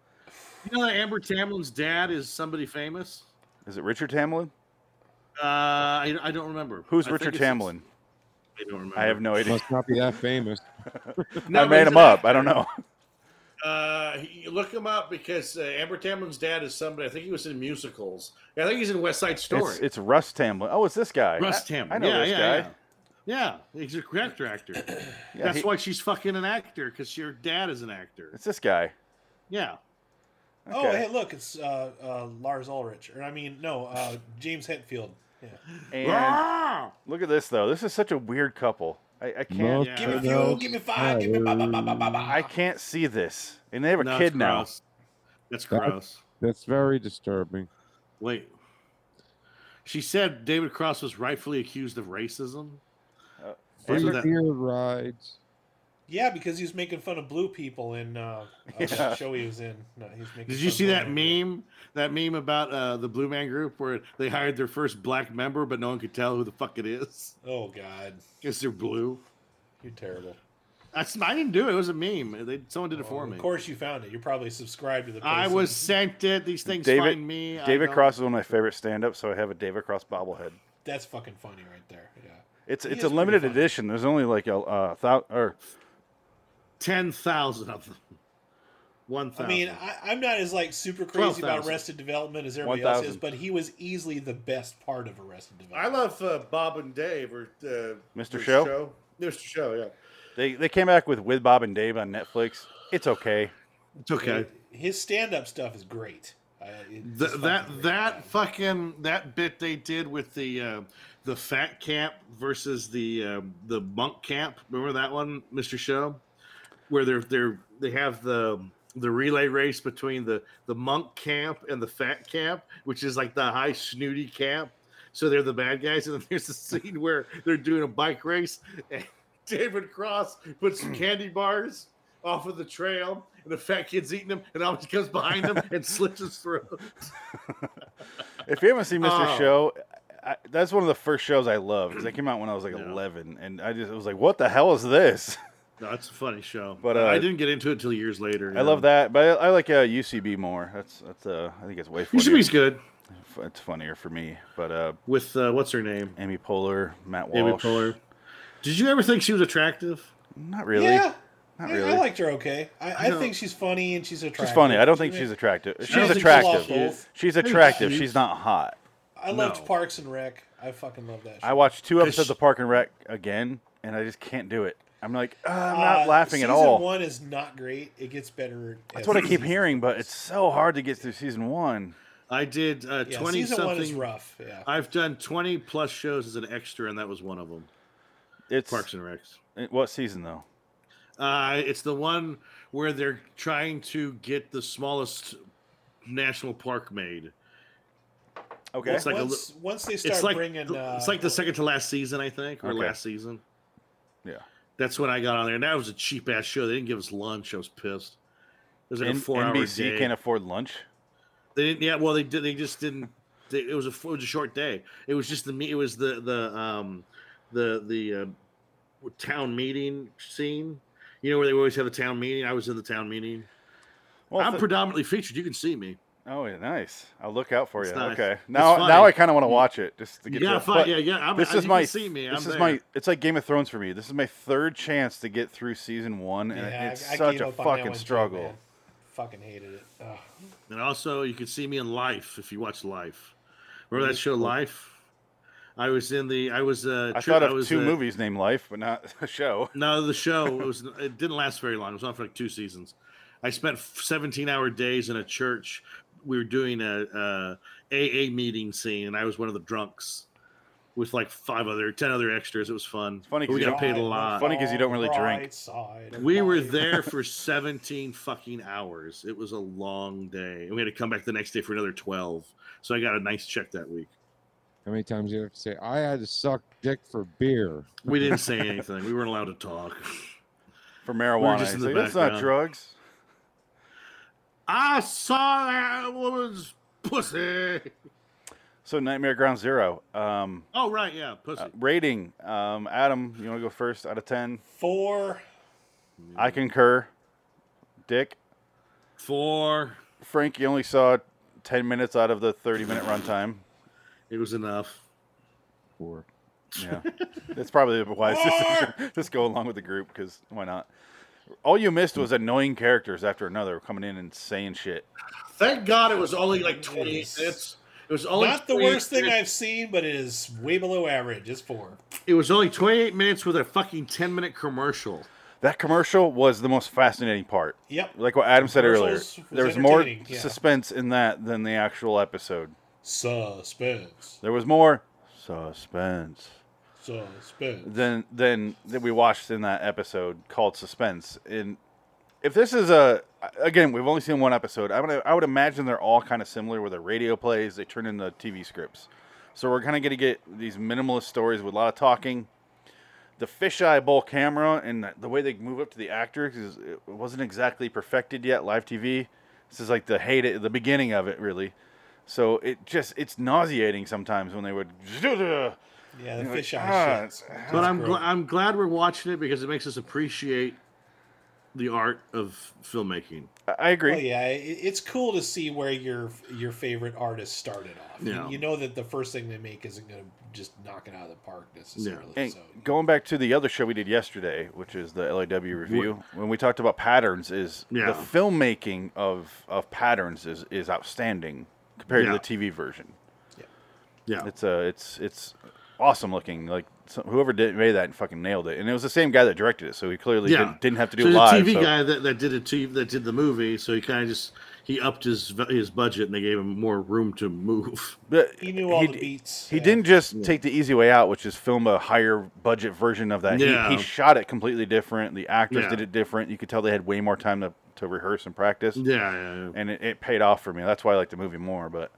You know that Amber Tamlin's dad is somebody famous. Is it Richard Tamblyn? Uh, I, I don't remember. Who's I think Richard it's- Tamblyn? I don't remember. I have no idea. Must not be that famous. No, I but made he's him an up. actor. I don't know. Uh, he- look him up because uh, Amber Tamlin's dad is somebody. I think he was in musicals. I think he's in West Side Story. It's, it's Russ Tamblyn. Oh, it's this guy. Russ I- Tamblyn. I know yeah, this yeah, guy. yeah. Yeah, he's a character actor. Yeah, That's he- why she's fucking an actor because your dad is an actor. It's this guy. Yeah. Oh, Okay. hey, look, it's uh, uh, Lars Ulrich, or I mean, no, uh, James Hetfield. Yeah. Ah! And look at this though. This is such a weird couple. I, I can't. Must Give me Yeah. fuel, not give me fire, give me ba ba ba ba ba ba. I can't see this. And they have a No, kid it's now. gross. That's That- gross. That's very disturbing. Wait. She said David Cross was rightfully accused of racism. Free Amber- beer rides. Yeah, because he was making fun of blue people in uh, uh, Yeah. that show he was in. No, he was making Did you fun of see blue that people. meme? That meme about uh, the Blue Man Group where they hired their first black member, but no one could tell who the fuck it is Oh God, because they're blue. you're terrible. That's I didn't do it. It was a meme. They someone did it Well, for me. Of course, you found it. You're probably subscribed to the. I person. was sent it. These things David- find me. I David don't- Cross is one of my favorite stand-ups, so I have a David Cross bobblehead. That's fucking funny right there. Yeah. It's He it's is a pretty limited funny. edition. There's only like a uh, thou or ten thousand of them. One thousand. I mean, I, I'm not as like super crazy about 12,000. Arrested Development as everybody else is, 1,000. but he was easily the best part of Arrested I Development. love uh, Bob and Dave or uh, Mr. Show? Mr. Show, yeah. they they came back with with Bob and Dave on Netflix. It's okay. it's okay. His stand-up stuff is great. I, it's Th- fucking that great, that man. fucking that bit they did with the uh, the fat camp versus the uh, the monk camp. Remember that one, Mister Show, where they're they're they have the um, the relay race between the the monk camp and the fat camp, which is like the high snooty camp. So they're the bad guys, and then there's a scene where they're doing a bike race, and David Cross puts some candy bars off of the trail, and the fat kid's eating them, and always comes behind him and slits his throat. If you haven't seen Mr. Oh. Show, I, that's one of the first shows I love because they came out when I was like Yeah. 11, and I just I was like, "What the hell is this?" No, it's a funny show, But, but uh, I didn't get into it till years later. I love that, but I, I like uh, UCB more. That's that's uh, I think it's way You should be funnier. good F- It's funnier for me, but uh, with uh, what's her name, Amy Poehler, Matt Walsh, Amy Poehler. Did you ever think she was attractive? not really. Yeah. Not I- really. I liked her okay. I, I, know. think she's funny and she's attractive. She's funny. I don't think She she's ma- attractive. I don't She's think she's attractive. awful. She's attractive. cute. She's not hot. I loved No. Parks and Rec. I fucking love that. Show. I watched two episodes she- of Park and Rec again, and I just can't do it. I'm like, "Ah, I'm not Uh, laughing at season all. One is not great. It gets better. That's as what I the keep season- hearing, but it's so hard to get through season one. I did uh, Yeah, twenty season one is something. rough. Yeah. I've done twenty plus shows as an extra, and that was one of them. It's Parks and Recs. it- what season though? Uh, it's the one where they're trying to get the smallest national park made. Okay, It's like a once, once they start It's like bringing, uh, it's like the second to last season, I think, or Okay. last season. Yeah. that's when I got on there, and that was a cheap ass show. They didn't give us lunch. I was pissed. It was like a N- four NBC hour day. can't afford lunch. They didn't. Yeah, well, they did. They just didn't. They, it was a it was a short day. It was just the me. It was the the um the the uh, town meeting scene. You know where they always have a town meeting. I was in the town meeting. Well, I'm th- predominantly featured. You can see me. oh, yeah, nice. I'll look out for It's you. nice. Okay, It's now funny. now I kind of want to watch it just to You get. gotta to it. fight. But yeah, yeah. I'm, this I- is you my Can see me. I'm this is there. my it's like Game of Thrones for me. This is my third chance to get through season one, and Yeah, it's I- I such gave a up on that fucking one too, struggle. man. fucking hated it. Ugh. And also, you can see me in Life if you watch Life. Remember that show, Life? I was in the. I was. Uh, I tri- thought of was, two uh, movies named Life, but not a show. No, the show it was. It didn't last very long. It was on for like two seasons. I spent 17 hour days in a church. We were doing a, a AA meeting scene, and I was one of the drunks with like five other, ten other extras. It was fun. It's funny But we 'cause you got paid Right, a lot. Funny 'cause you don't really right drink. side of We were life. there for 17 fucking hours. It was a long day. And we had to come back the next day for another 12. So I got a nice check that week. How many times do you have to say, I had to suck dick for beer? We didn't say anything. We weren't allowed to talk. for marijuana. just in It's the like, That's not background. drugs. I saw that woman's pussy. So Nightmare Ground Zero. Um, Oh, right. Yeah. Pussy. uh, rating. Um, Adam, you want to go first out of ten? four. I concur. Dick, Four. Frank, you only saw ten minutes out of the thirty-minute runtime. It was enough. Or Yeah, it's probably the wise decision. Just go along with the group because why not? All you missed was annoying characters after another coming in and saying shit. Thank God it was only like 28 Yes. minutes. It was only Not the 28 worst thing minutes. I've seen, but it is way below average. It's four. It was only 28 minutes with a fucking 10 minute commercial. That commercial was the most fascinating part. Yep. Like what Adam said earlier, Commercials was there was more entertaining, yeah. suspense in that than the actual episode. Suspense. There was more suspense Suspense. than than that we watched in that episode called Suspense. And if this is a again, we've only seen one episode. I would I would imagine they're all kind of similar, where the radio plays, they turn into TV scripts. So we're kind of going to get these minimalist stories with a lot of talking. The fisheye bowl camera and the way they move up to the actors is it wasn't exactly perfected yet. Live TV. This is like the hate it, the beginning of it, really. So it just it's nauseating sometimes when they would. Yeah, the You're like, fisheye ah, shit. it's- But I'm great. gl- I'm glad we're watching it because it makes us appreciate the art of filmmaking. I agree. Well, yeah, it, it's cool to see where your your favorite artist started off. You- Yeah. You, know that the first thing they make isn't going to just knock it out of the park necessarily. And So going back to the other show we did yesterday, which is the LAW review, when we talked about patterns, is Yeah. the filmmaking of of patterns is is outstanding compared Yeah. to the TV version. Yeah, It's a it's it's awesome looking. Like so, whoever did made that fucking nailed it, and it was the same guy that directed it, so he clearly yeah. didn't, didn't have to do so it the live. TV so- guy that, that did a TV that did the movie, so he kind of just he upped his v- his budget and they gave him more room to move. but he knew all he the d- beats. He yeah. didn't just take the easy way out, which is film a higher budget version of that. He- Yeah. He, shot it completely different. The actors Yeah. did it different. You could tell they had way more time to, to rehearse and practice. Yeah, yeah, yeah. and it, it paid off for me. That's why I like the movie more. But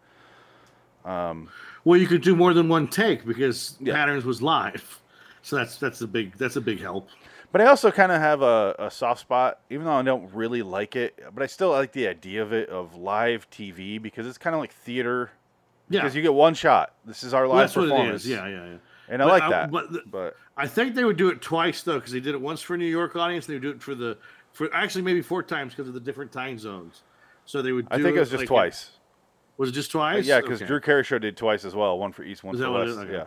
Um, Well, you could do more than one take because Yeah. Patterns was live, so that's that's a big that's a big help. But I also kind of have a, a soft spot, even though I don't really like it. But I still like the idea of it of live TV because it's kind of like theater. Yeah, Because you get one shot. This is our live Well, that's what it performance. is. Yeah, yeah, yeah. And I But like I- that. but the- but I think they would do it twice though, because they did it once for New York audience. They would do it for the for actually maybe four times because of the different time zones. So they would. Do I think it was just like- twice. Was it just twice? Yeah, because Okay. Drew Carey show did twice as well, one for east, one Is for that what it is? west. Okay. Yeah.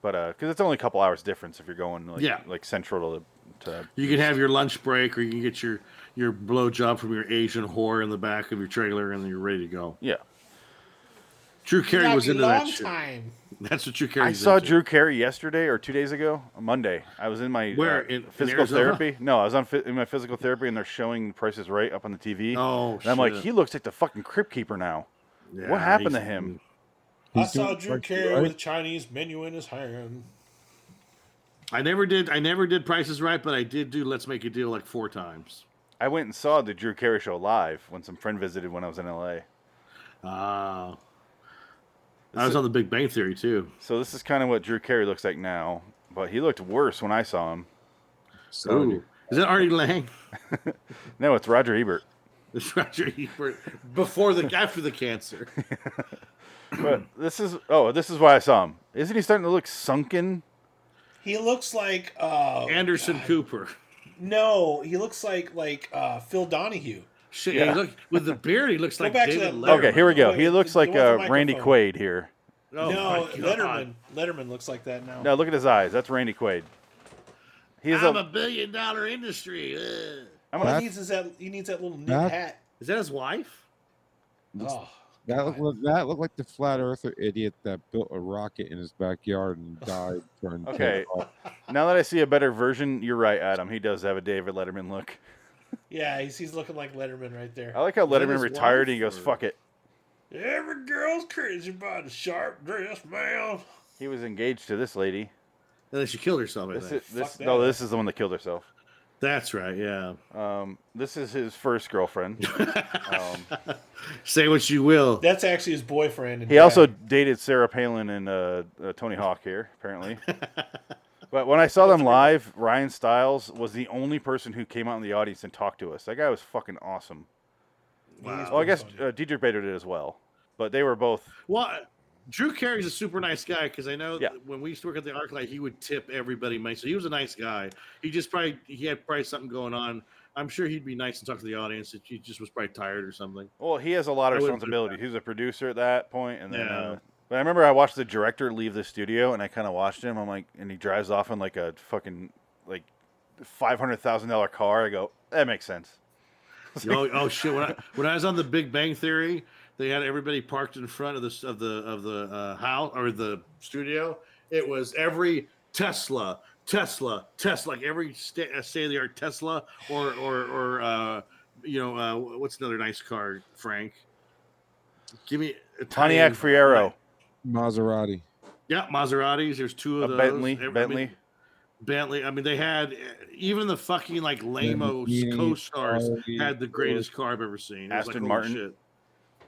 But because it's only a couple hours difference if you're going like Yeah. like central to, to You can have your lunch break, or you can get your your blow job from your Asian whore in the back of your trailer, and then you're ready to go. yeah. Drew Carey Got was me into that long shit. time. That's what Drew Carey. I saw Drew Carey yesterday or two days ago, on Monday. I was in my Where? uh, In- in physical Arizona? therapy. No, I was on phy- in my physical therapy, and they're showing prices right up on the TV. Oh, and I'm like, shit. he looks like the fucking Crypt Keeper now. Yeah, what happened to he's- him? I He's saw doing Drew Price is Carey Right. with a Chinese menu in his hand. I never did. I never did Prices Right, but I did do Let's Make a Deal like four times. I went and saw the Drew Carey show live when some friend visited when I was in LA. Ah, I was on the Big Bang Theory too. So this is kind of what Drew Carey looks like now, but he looked worse when I saw him. So Ooh. is that Artie Lang? No, it's Roger Ebert. It's Roger Ebert before the after the cancer. But this is oh, this is why I saw him. Isn't he starting to look sunken? He looks like Oh, uh, Anderson Cooper. No, he looks like like uh, Phil Donahue. Shit, Yeah. he look, with the beard, he looks like back to that- David Letterman. Okay, here we go. Wait, He looks the like one with uh, the Randy microphone. Quaid here. no, Oh my God. Letterman. Letterman looks like that now. No, look at his eyes. That's Randy Quaid. He's I'm a, a billion dollar industry. Ugh. All he That- needs is that he needs that little knit that- hat. Is that his wife? Oh, that looked, that looked like the flat earther idiot that built a rocket in his backyard and died trying to take Okay. it off. now that I see a better version, you're right, Adam. He does have a David Letterman look. yeah, he's, he's looking like Letterman right there. I like how Letterman his retired and he wife, goes, or- "Fuck it." Every girl's crazy about a sharp dress, man. He was engaged to this lady. And then she killed herself. I This think. is this that no, up. this is the one that killed herself. That's right. Yeah. Um, this is his first girlfriend. um, Say what you will. That's actually his boyfriend. and He dad. also dated Sarah Palin and uh, uh, Tony Hawk here, apparently. but when I saw them live, Ryan Stiles was the only person who came out in the audience and talked to us. That guy was fucking awesome. He's Well, I guess pretty funny. uh, Dietrich Bader did as well, but they were both. Well, Drew Carey's a super nice guy because I know Yeah. that when we used to work at the ArcLight, he would tip everybody money. So he was a nice guy. He just probably he had probably something going on. I'm sure he'd be nice and talk to the audience. If he just was probably tired or something. Well, he has a lot I of wouldn't put it responsibility. He was a producer at that point, and then. Yeah. Uh, but I remember I watched the director leave the studio, and I kind of watched him. I'm like, and he drives off in like a fucking like five hundred thousand dollar car. I go, that makes sense. oh, oh shit! When I, when I was on the Big Bang Theory, they had everybody parked in front of the of the of the uh, house or the studio. It was every Tesla, Tesla, Tesla, like every sta uh, state of the art Tesla or or or uh, you know uh, what's another nice car, Frank? Give me a Pontiac Fiero, Maserati. Yeah, Maseratis. There's two a of those. Bentley, Every- I mean, Bentley. Bentley. I mean, they had uh, even the fucking like lamo Lamborghini, co-stars Ferrari, had the greatest car I've ever seen. It was Aston like, holy Martin. shit.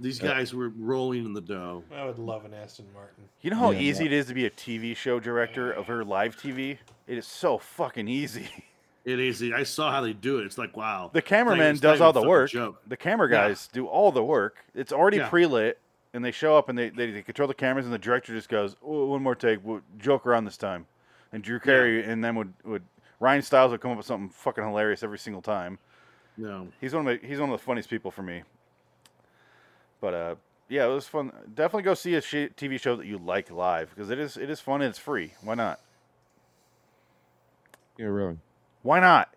These Yeah. guys were rolling in the dough. I would love an Aston Martin. You know how Yeah. easy it is to be a TV show director of her live TV? It is so fucking easy. It is. I saw how they do it. It's like wow. The It's not even- cameraman it's not does even all the a fucking work. joke. The camera Yeah. guys do all the work. It's already Yeah. pre lit, and they show up and they, they, they control the cameras, and the director just goes, oh, one more take, we'll joke around this time. And Drew Carey and then would, would Ryan Stiles would come up with something fucking hilarious every single time. No. He's one of my, he's one of the funniest people for me. But uh, yeah, it was fun. Definitely go see a sh- TV show that you like live because it is it is fun and it's free. Why not? Yeah, really. Why not?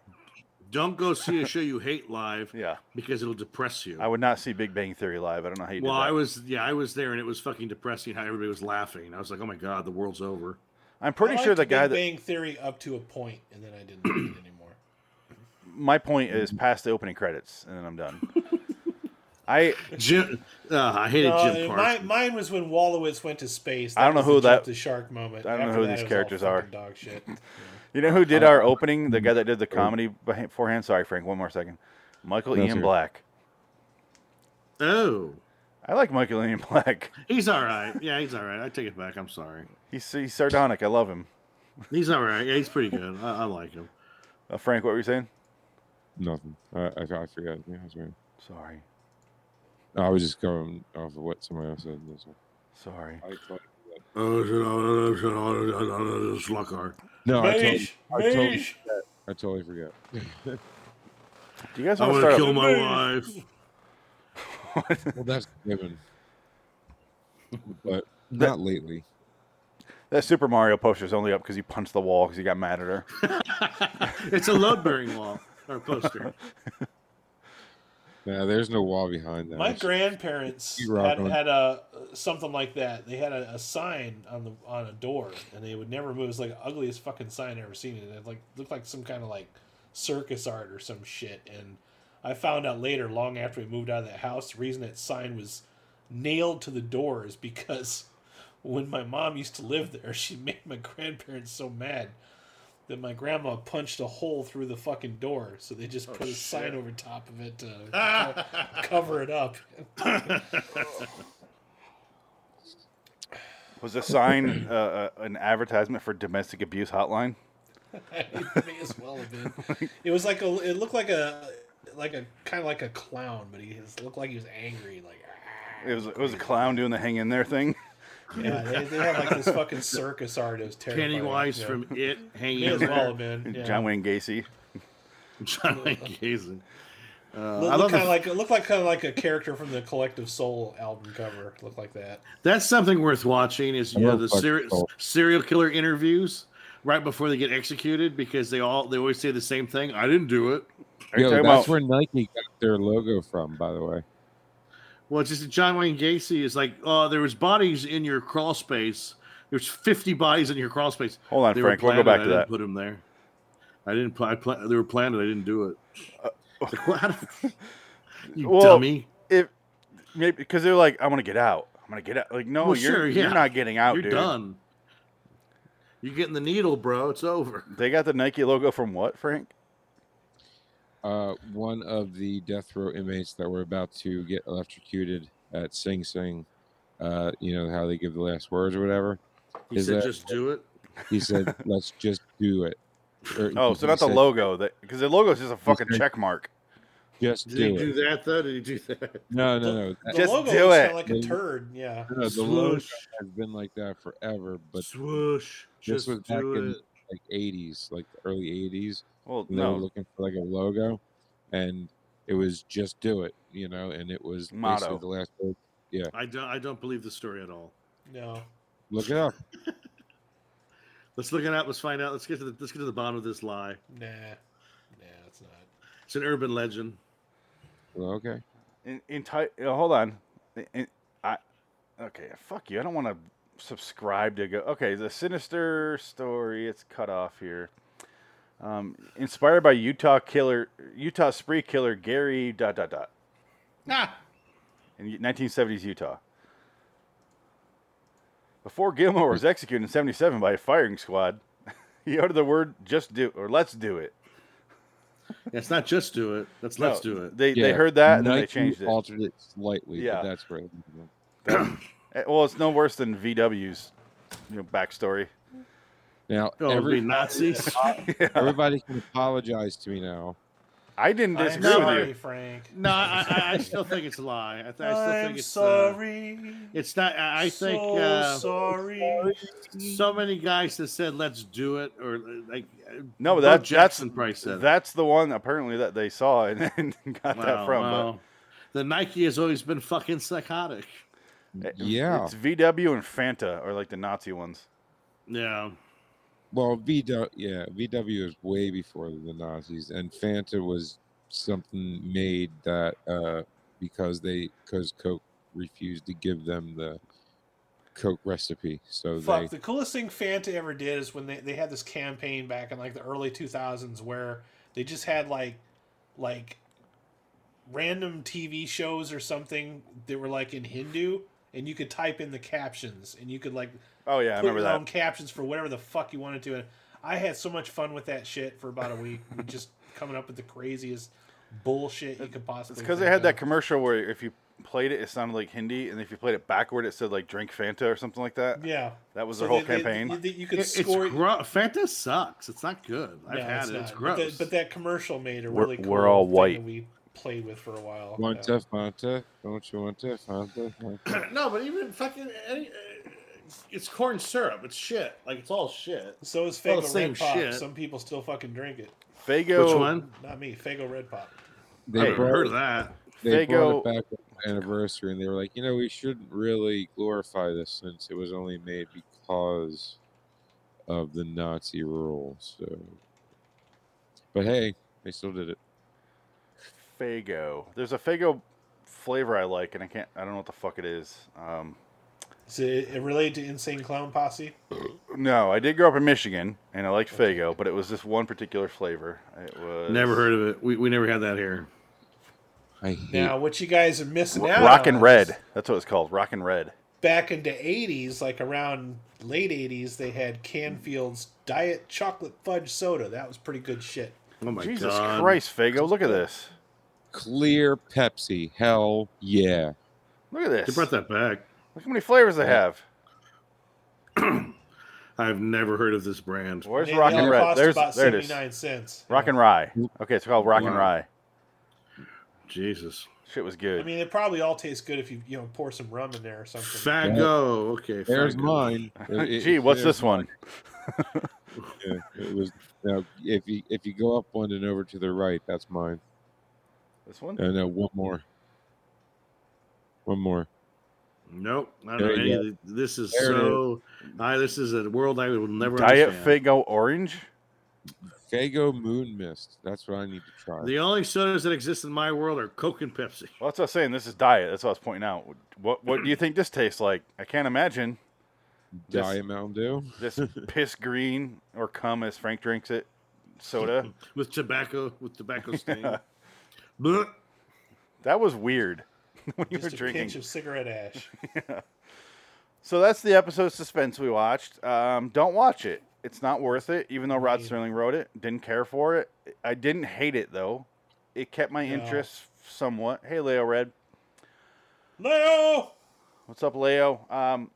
Don't go see a show you hate live Yeah, because it'll depress you. I would not see Big Bang Theory live. I don't know how you well, did that. I was yeah, I was there and it was fucking depressing how everybody was laughing. I was like, oh my god, the world's over. I'm pretty I sure liked the guy Big that Bang Theory up to a point, and then I didn't like it anymore. my point is Mm-hmm. past the opening credits, and then I'm done. I Jim, uh, I hated No, Jim mine, Parsons. mine was when Wallowitz went to space. I don't know was who the jump that- the shark moment. I don't know After who that, these it characters was all are. fucking Dog shit. you know who did our Oh. opening? The guy that did the comedy behi- beforehand. Sorry, Frank. One more second. Michael No, Ian sir. Black. Oh, I like Michael Ian Black. He's all right. Yeah, he's all right. I take it back. I'm sorry. He's, he's sardonic. I love him. He's all right. Yeah, he's pretty good. I, I like him. Uh, Frank, what were you saying? Nothing. I, I, I forgot. Yeah, that's right. Sorry. I was just going off of what somebody else said. in this one. Sorry. I thought- Sluckhard. No, I totally, Beige, I totally, beige. I totally forgot. Do you guys I want to want to start? kill my wife. Well, that's given. But not lately. That Super Mario poster's only up because he punched the wall because he got mad at her. it's a load bearing wall or poster. Yeah, there's no wall behind that. My It's- grandparents You rock had, on. had a something like that. They had a, a sign on the on a door, and they would never move. It was like the ugliest fucking sign I ever seen. And it like looked like some kind of like circus art or some shit. And I found out later, long after we moved out of that house, the reason that sign was nailed to the door is because when my mom used to live there, she made my grandparents so mad that my grandma punched a hole through the fucking door. So they Oh, just put a sign over top of it to co- cover it up. Was the sign uh, uh, an advertisement for domestic abuse hotline? it may as well have been. It was like a. It looked like a, like a kind of like a clown, but he just looked like he was angry. Like, ah, It was it was a clown doing the hang in there thing. yeah, they, they had like this fucking circus art. It was terrifying. Pennywise yeah. from E It hanging May as there. well have been. Yeah. John Wayne Gacy. John Wayne Gacy. Uh, I Look, love kind the- of like it looked like kind of like a character from the Collective Soul album cover. Looked like that. that's something worth watching. Is you I know love the fucking seri- Soul. serial killer interviews right before they get executed because they all they always say the same thing. I didn't do it. Are you Yo, talking that's about- where Nike got their logo from, by the way. Well, it's just that John Wayne Gacy is like, oh, there was bodies in your crawl space. There's 50 bodies in your crawl space. Hold on, They Frank. were We'll go planted. back I to didn't that. Put them there. I didn't. Pl- I pla- they were planted. I didn't do it. Like, what? you Uh, Well, dummy. If maybe because they're like, I'm gonna get out. I'm gonna get out. Like, no, Well, you're sure, yeah. you're not getting out, You're dude. done. You're getting the needle, bro. It's over. They got the Nike logo from what, Frank? Uh, one of the death row inmates that were about to get electrocuted at Sing Sing, uh, you know, how they give the last words or whatever. He Is said, that- just do it. He said, let's just do it. Or Oh, he so not the said, logo that because the logo's just a fucking said- check mark. Just Did he do do it. that, though? Did he do that? No, no, The- no. that- The Just logo do looks it. kind of like a They- turd. Yeah. no, no, the logo Swoosh. has been like that forever, but Swoosh. this Just was back do in it. like 80s, like the early 80s. Well, and they were no, looking for like a logo, and it was just do it, you know, and it was Motto. basically the last word. I don't, I don't believe the story at all. No. Look it up. Let's look it up. Let's find out. Let's get to the, let's get to the bottom of this lie. Nah. Nah, it's not. It's an urban legend. Well, okay. in, in ti- uh, hold on. In- in- I okay, fuck you. I don't want to subscribe to go. Okay, the sinister story. It's cut off here. Um, inspired by Utah killer, Utah spree killer Gary dot dot dot Ah! in 1970s Utah. Before Gilmore was executed in 77 by a firing squad, he uttered the word "just do" or "let's do it." It's not just do it. That's let's No, do it. They, they Yeah, heard that and then Nike they changed it. altered it slightly. Yeah. but that's right. Eh, Well, it's no worse than VW's you know, backstory. Now Oh, every, be Nazis. everybody can apologize to me now. I didn't I'm disagree sorry, with you. Frank. no, I, I, I still think it's a lie. I, th- I still think I'm it's. uh, sorry. It's not. I I think so uh, sorry. so many guys that said "Let's do it" or uh, like uh, Oh, No, Bo that- that's- Jackson Price said it. That's the one apparently that they saw and, and got that Wow, from. wow. The Nike has always been fucking psychotic. But it- Yeah. Eh, it's VW and Fanta are like the Nazi ones. Yeah, Well, VW, yeah, VW was way before the Nazis, and Fanta was something made that uh, because they because Coke refused to give them the Coke recipe, so they Fuck, the coolest thing Fanta ever did is when they, they had this campaign back in like the early 2000s where they just had like like random TV shows or something that were like in Hindu and you could type in the captions and you could like Oh yeah, I put remember your that. own captions for whatever the fuck you wanted to and I had so much fun with that shit for about a week just coming up with the craziest bullshit you could possibly It's because they think had that of. commercial where if you played it, it sounded like Hindi, and if you played it backward, it said like "drink Fanta" or something like that. Yeah. That was So their whole they- they- campaign. you- you It- could it's score. gro- Fanta sucks. It's not good. I've No, had it's it. It's not. But that- gross. But, that commercial made a We're- really cool we're all thing white. that we played with for a while. Want Yeah. to Fanta? Don't you want to Fanta? Fanta? no, but even fucking any, uh, it's corn syrup. It's shit. Like it's all shit. So is Well, Fago same Red Pop. shit. Some people still fucking drink it. Fago, Which one? Not me. Fago Red Pop. They Hey, I've brought, heard of that. they Fago- brought it back on the anniversary, and they were like, you know, we shouldn't really glorify this since it was only made because of the Nazi rule. So, but hey, they still did it. Fago. There's a Fago flavor I like, and I can't. I don't know what the fuck it is. Um, Is it, it related to Insane Clown Posse? no, I did grow up in Michigan, and I liked Fago, but it was this one particular flavor. It was Never heard of it. We, we never had that here. I hate. Now, what you guys are missing out Rock on and is Red. That's what it's called. Rock and Red. Back in the 80s, like around late 80s, they had Canfield's Diet Chocolate Fudge Soda. That was pretty good shit. Oh my Jesus god! Christ, Fago! Look at this. clear Pepsi. Hell yeah. Look at They this. brought that back. Look how many flavors they have. I've never heard of this brand. Where's They- Rock they and only Red? cost There's about there it is. 79 cents. Rock and Rye. Okay, it's called Rock and Wow. Rye. Jesus. Shit was good. I mean, it probably all tastes good if you you know pour some rum in there or something. Fago. Yeah. Okay. There's Fago. mine. It- it- Gee, what's it- this one? yeah, It was now, if you if you go up one and over to the right, that's mine. This one? And uh, one more. One more. Nope. There I don't know you any of the- this is There it so. I this is a world I will never Diet understand. Fago Orange. Fago Moon Mist. That's what I need to try. The only sodas that exist in my world are Coke and Pepsi. Well, that's what I was saying. This is diet. That's what I was pointing out. What What do you think this tastes like? I can't imagine Diet Mountain Dew. this piss green or cum as Frank drinks it soda. with tobacco with tobacco stain. Blech. that was weird when you Just were a drinking. pinch of cigarette ash. So that's the episode suspense we watched. Um, don't watch it. It's not worth it, even though Rod Yeah. Sterling wrote it. Didn't care for it. I didn't hate it though. It kept my No. interest somewhat. Hey, Leo Red. Leo. What's up, Leo? Um,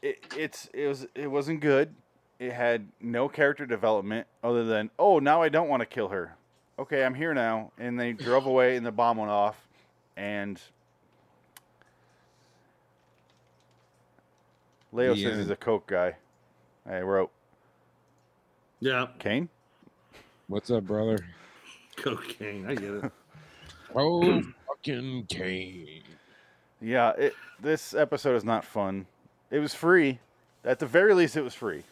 it, it's it was it wasn't good. It had no character development other than oh now I don't want to kill her. Okay, I'm here now, and they drove away, and the bomb went off, and Leo The says he's end. a coke guy. I wrote Yeah, Kane. What's up, brother? cocaine. I get it. Oh fucking Kane. Yeah, it, this episode is not fun. It was free. At the very least, it was free.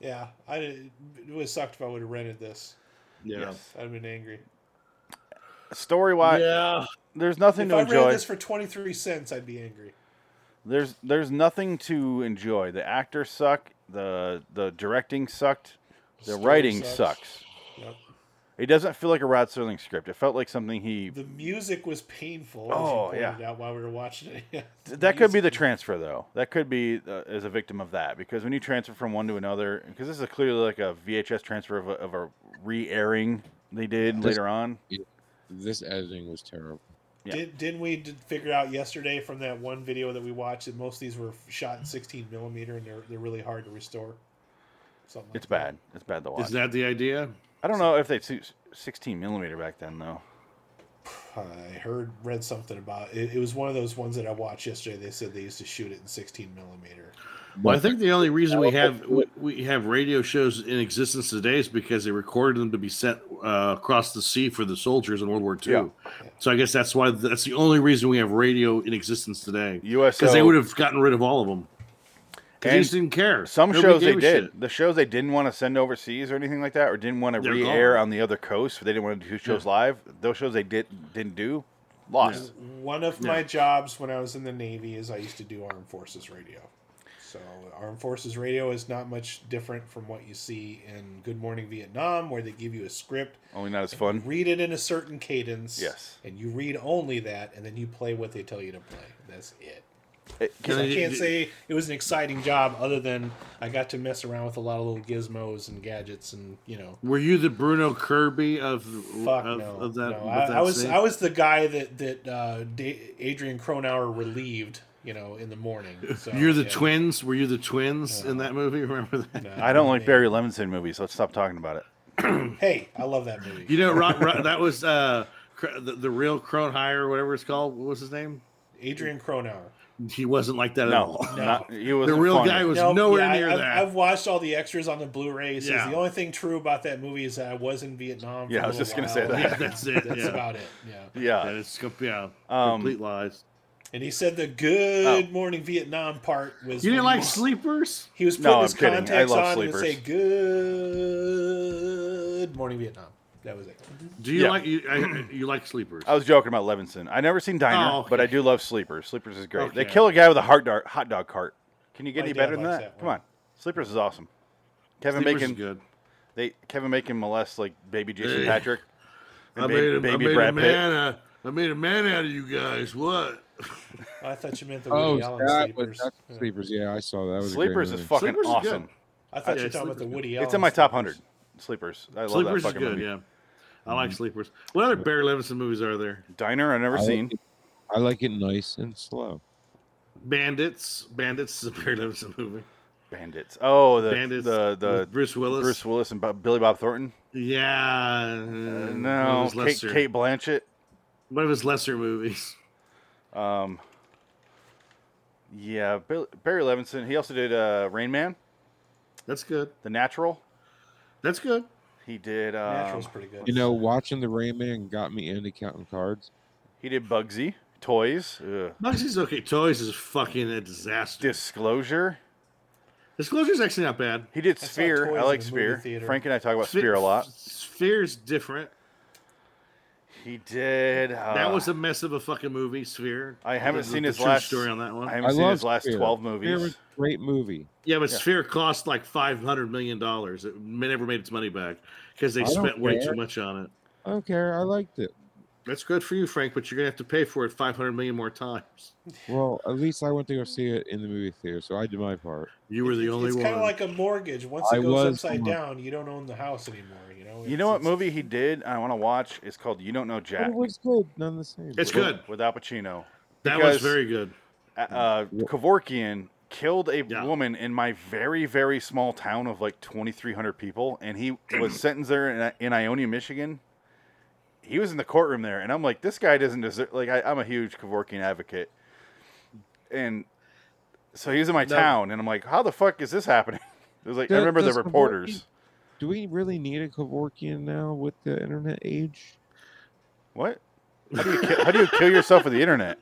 Yeah, I did, it would have sucked if I would have rented this. Yeah. I'd have been angry. Story wise, yeah. there's nothing If to I enjoy. rented this for twenty three cents, I'd be angry. There's there's nothing to enjoy. The actors suck. The the directing sucked. The Story writing sucks. sucks. Yep. It doesn't feel like a Rod Serling script. It felt like something he. The music was painful. Oh, Oh as you yeah. pointed Out while we were watching it. Yeah. That could be the music- transfer though. That could be uh, as a victim of that because when you transfer from one to another, because this is clearly like a VHS transfer of a, of a re-airing they did This- later on. This editing was terrible. yeah. Did, didn't we d- figure out yesterday from that one video that we watched that most of these were shot in 16 millimeter and they're, they're really hard to restore? Something like It's that. bad. It's bad to watch. Is that the idea? I don't know if they suit 16 millimeter back then though. I heard read something about it. It was one of those ones that I watched yesterday. They said they used to shoot it in 16 millimeter. Well, I think the only reason we have we, we have radio shows in existence today is because they recorded them to be sent uh, across the sea for the soldiers in World War II. Yeah. So I guess that's why that's the only reason we have radio in existence today. USO. Because they would have gotten rid of all of them. Because they And just didn't care. Some Nobody shows they gave a did. shit. The shows they didn't want to send overseas or anything like that, or didn't want to They're re-air gone. on the other coast. They didn't want to do shows live. Those shows they did didn't do, lost. One of my jobs when I was in the Navy is I used to do Armed Forces Radio. So Armed Forces Radio is not much different from what you see in Good Morning Vietnam, where they give you a script, Only not as fun. read it in a certain cadence, Yes. and you read only that, and then you play what they tell you to play. That's it. Because Can I I- can't say it was an exciting job, other than I got to mess around with a lot of little gizmos and gadgets, and you know, Were you the Bruno Kirby of fuck of, no. of that? no. of I, that I was scene? I was the guy that that uh, da- Adrian Cronauer relieved, you know, in the morning. So, You're the yeah. twins. Were you the twins in that movie? Remember that? No, I don't like man. Barry Levinson movies. Let's stop talking about it. Hey, I love that movie. You know, Rock, Rock, that was uh, Cr- the, the real Kronheiser, or whatever it's called. What was his name? Adrian Cronauer. He wasn't like that at No, all. not, he was The real funny. guy was No, nowhere yeah, I- near I've, that. I've watched all the extras on the Blu-ray. So Yeah. the only thing true about that movie is that I was in Vietnam. For Yeah, I I was just going gonna to say that. yeah, that's it. That's yeah. about it. Yeah. That Yeah, is com- yeah, Um, complete lies. And he said the "Good Oh. Morning Vietnam" part was. You when didn't like he, sleepers? He was putting No, I'm his kidding. I contacts love on Sleepers. and would say "Good Morning Vietnam." That was it. Do you Yeah. like you? I, you like sleepers? I was joking about Levinson. I never seen Diner, Oh, okay. but I do love Sleepers. Sleepers is great. They Okay. kill a guy with a hot dog hot dog cart. Can you get My any dad better than likes that? that Come one. on, Sleepers is awesome. Kevin sleepers is Bacon, good. they Kevin Bacon molests like baby Jason Hey. Patrick. I and ba- made, a, I baby made a Brad Pitt. man. Out, I made a man out of you guys. What? I thought you meant the Oh, Woody Allen that was sleepers. that's Yeah. Sleepers. Yeah, I saw that. that was a great Sleepers is movie. fucking Sleepers is good. awesome. I thought you Yeah, were talking about the Sleepers. Woody Allen. It's in my top Sleepers. hundred. Sleepers. I love Sleepers that is fucking good. movie. Mm-hmm. Yeah, I like sleepers. What other Barry Levinson movies are there? Diner, I've never I seen. Like it, I like it nice and slow. Bandits. Bandits is a Barry Levinson movie. Bandits. Oh, the Bandits. the with the Bruce Willis. Bruce Willis and Bob, Billy Bob Thornton. Yeah. Uh, uh, One no, of his Kate, lesser, Kate Blanchett. one of his lesser movies. Um, yeah, Bill, Barry Levinson. He also did uh, Rain Man, That's good. The Natural. That's good. He did. Um, Natural's pretty good. You know, watching the Rain Man got me into counting cards. he did Bugsy, Toys, Ugh. Muxie's okay. Toys is fucking a disaster. Disclosure. Disclosure's actually not bad. He did saw Sphere. Toys I in like the movie Sphere. theater. Frank and I talk about Sphere Sphere a lot. Sphere's different. He did. Uh, that was a mess of a fucking movie. Sphere. I haven't The- seen the his true last- story on that one. I haven't seen love his last Sphere. twelve Sphere was movies. a great movie. yeah, but yeah. Sphere cost like five hundred million dollars. It never made its money back because they I don't spent way care. too much on it. I don't care. I liked it. That's good for you, Frank, but you're gonna have to pay for it five hundred million more times. Well, at least I went to go see it in the movie theater, so I did my part. You were the It's- only it's one. kind of like a mortgage. Once it I goes was upside wrong. down, you don't own the house anymore. You know. You It's- know what it's- movie he did? I want to watch. It's called You Don't Know But Jack. It was good, none the same. It's with- good. with Al Pacino. That was because- very good. Uh, Uh, Kevorkian killed a Yeah. woman in my very very small town of like 2,300 people, and he was sentenced there in, in Ionia, Michigan. He was in the courtroom there, and I'm like, this guy doesn't deserve. Like, I, I'm a huge Kevorkian advocate, and so he was in my No. town, and I'm like, how the fuck is this happening? It was like I Does- remember the does Kevorkian- reporters. Do we really need a Kevorkian now with the internet age? What? How do, you kill, how do you kill yourself with the internet?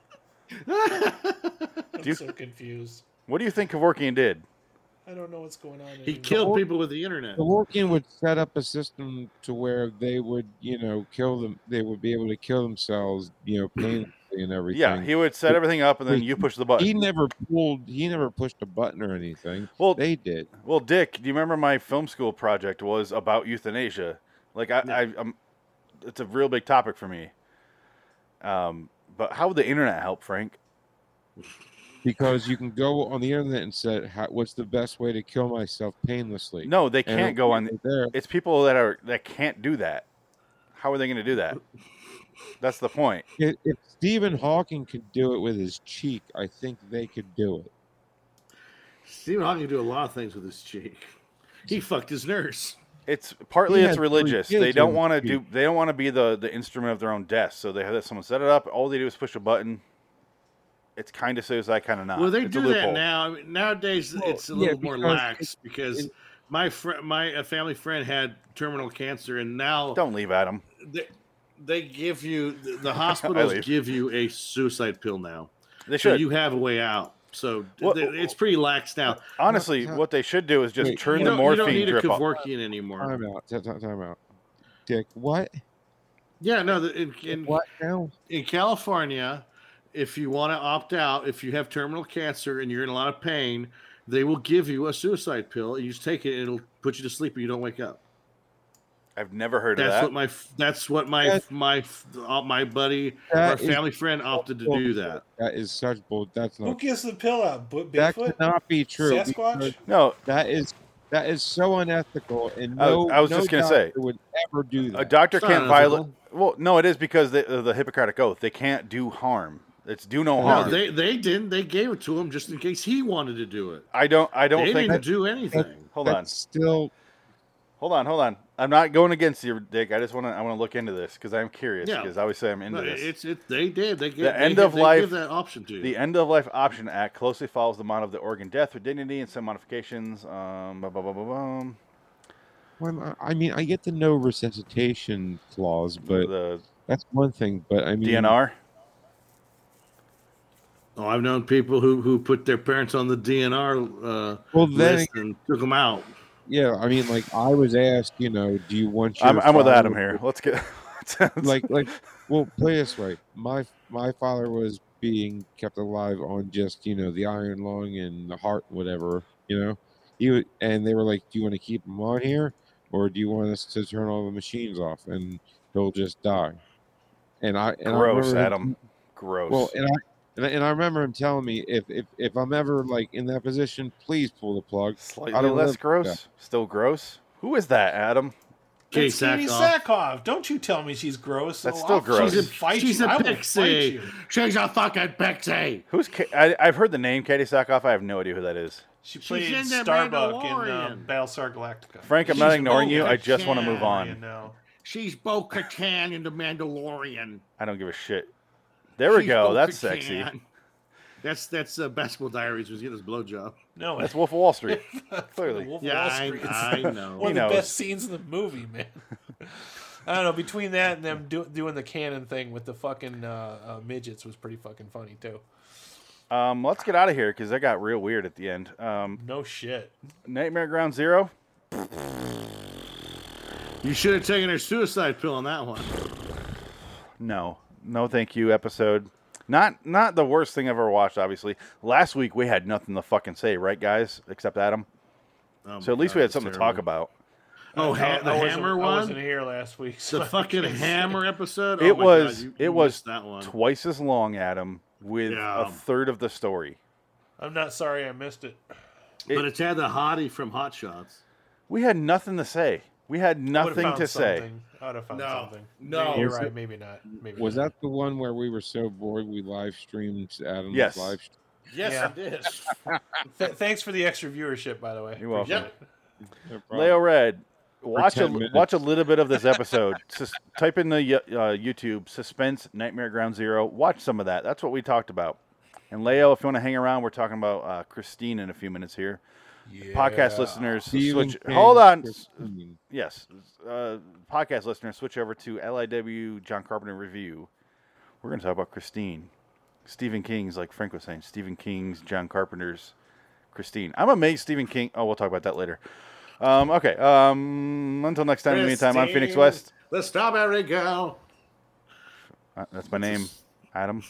I'm Do you- so confused. What do you think Kevorkian did? I don't know what's going on. He anymore. killed people with the internet. Kevorkian would set up a system to where they would, you know, kill them. They would be able to kill themselves, you know, painlessly and everything. Yeah, he would set everything up, and then He- you push the button. he never pulled. He never pushed a button or anything. Well, They did. Well, Dick, do you remember my film school project was about euthanasia? Like, I, I, I'm, it's a real big topic for me. Um, but how would the internet help, Frank? because you can go on the internet and say how, what's the best way to kill myself painlessly No, they And can't go on. over there It's people that are that can't do that. How are they going to do that? That's the point. if, if stephen hawking could do it with his cheek i think they could do it Stephen Hawking could do a lot of things with his cheek. He fucked his nurse. It's partly He it's had three religious. They kids don't when want to he- do. They don't want to be the the instrument of their own death. So they have someone set it up. All they do is push a button. It's kind of suicide, kind of not. well, Ah, they It's a do that loophole. now. I mean, nowadays, Well, it's a yeah, little more because lax it's- because it- my friend, my a family friend had terminal cancer, and now Don't leave Adam. they, they give you the, the leave. hospitals give you a suicide pill now, They so should. you have a way out. So What- th- it's pretty lax now. Honestly, Not- what they should do is just Wait, turn you, the don't, you morphine don't need a drip off. Kevorkian anymore. time out ti- ti- time, out dick what Yeah, no, the, in, in what now in California, if you want to opt out, if you have terminal cancer and you're in a lot of pain, they will give you a suicide pill. You just take it and it'll put you to sleep and you don't wake up. I've never heard That's of what my f- that's what my That- my f- uh, my buddy, our That is- family friend opted to Well, do that. That is such bull. That's Who not. gives the pill out? Bo- That Bigfoot? cannot be true. because Sasquatch? that. No, That is that is so unethical. And I no, was- I was no just gonna say, uh, doctor would ever do that. a doctor It's not can't violate. unethical. Well, no, it is because they, of the Hippocratic Oath. They can't do harm. It's do no No, harm. they they didn't. They gave it to him just in case he wanted to do it. I don't. I They don't think. didn't That, do anything. hold That's on. Still, Hold on. Hold on. I'm not going against you, Dick. I just want to. I want to look into this because I'm curious. Yeah. Because I always say I'm into No, this. It's it. They did. They gave The they end gave- of they life- gave that option to you. The End of Life Option Act closely follows the motto of the Oregon Death with Dignity and some modifications. Um, blah, blah, blah, blah, blah. well, I- I mean, I get the no resuscitation clause, but the that's one thing. But I mean, DNR. oh, I've known people who who put their parents on the DNR uh, Well, then, list and took them out. yeah, I mean, like I was asked, you know, do you want your? I'm, I'm with father Adam to- here. Let's get Like, like, well, play this way. My my father was being kept alive on just you know the iron lung and the heart, whatever. You know, he wa and they were like, do you want to keep him on here, or do you want us to turn all the machines off and he'll just die? And I and I gross, remember him- Adam. Gross. Well, and I and I, and I remember him telling me if if if I'm ever like in that position, please pull the plug. I Slightly don't less live- gross. yeah. Still gross. Who is that, Adam? Kay It's Katie Sackhoff. Sackhoff. Don't you tell me she's gross. That's Oh, still I'll gross. fucking Fight She's you. a I will fight pixie. you. She's a fucking pixie. Who's Ka- I, I've heard the name Katie Sackhoff. I have no idea who that is. She She's played in the Starbuck in uh, Mandalorian. Battlestar Galactica. Frank, I'm She's not ignoring you. over I just want to move Chan, on. Now. She's Bo Katan in The Mandalorian. I don't give a shit. There we She's go. Bo That's Katan. sexy. That's that's uh, Basketball Diaries was getting his blowjob. No, That's it's Wolf of Wall Street. the Clearly. Wolf of Yeah, Wall I- Street. It's I know. One of He the knows. best scenes in the movie, man. I don't know. Between that and them do, doing the cannon thing with the fucking uh, uh, midgets was pretty fucking funny too. Um, let's get out of here because that got real weird at the end. Um, No shit. Nightmare Ground Zero. You should have taken her suicide pill on that one. No, no, thank you. Episode, not not the worst thing I've ever watched. Obviously, last week we had nothing to fucking say, right, guys? Except Adam. Oh So my at least God, we had that's something to talk terrible. about. Oh, ha- I- the I wasn't- hammer I wasn't one, here last week. so the I fucking can't say. hammer episode. it Oh my God, was you- you it was missed that one. twice as long, Adam, with a Yeah. third of the story. I'm not sorry I missed it. but it's had the hottie from Hot Shots. We had nothing to say. We had I would've nothing found to say. something. I would have found No. something. No. Maybe you're Was right. it- Maybe not. Maybe Was not. that the one where we were so bored we live streamed Adam's Yes. live? stream? Yes, Yeah. it is. Th- thanks for the extra viewership, by the way. You're welcome. Yep. No problem. Leo Red, watch a 10 minutes. watch a little bit of this episode. Sus- type in the y- uh, YouTube suspense Nightmare Ground Zero. Watch some of that. That's what we talked about. And Leo, if you want to hang around, we're talking about uh, Christine in a few minutes here. Podcast listeners, Stephen switch. King, Hold on. S- Christine. Yes, uh, podcast listeners, switch over to LIW John Carpenter review. We're going to talk about Christine, Stephen King's, like Frank was saying, Stephen King's, John Carpenter's, Christine. I'm amazed Stephen King. Oh, we'll talk about that later. Um, okay. Um, until next time. In the meantime, I'm Phoenix Christine. West. The Strawberry Girl. Uh, that's my name. Adam,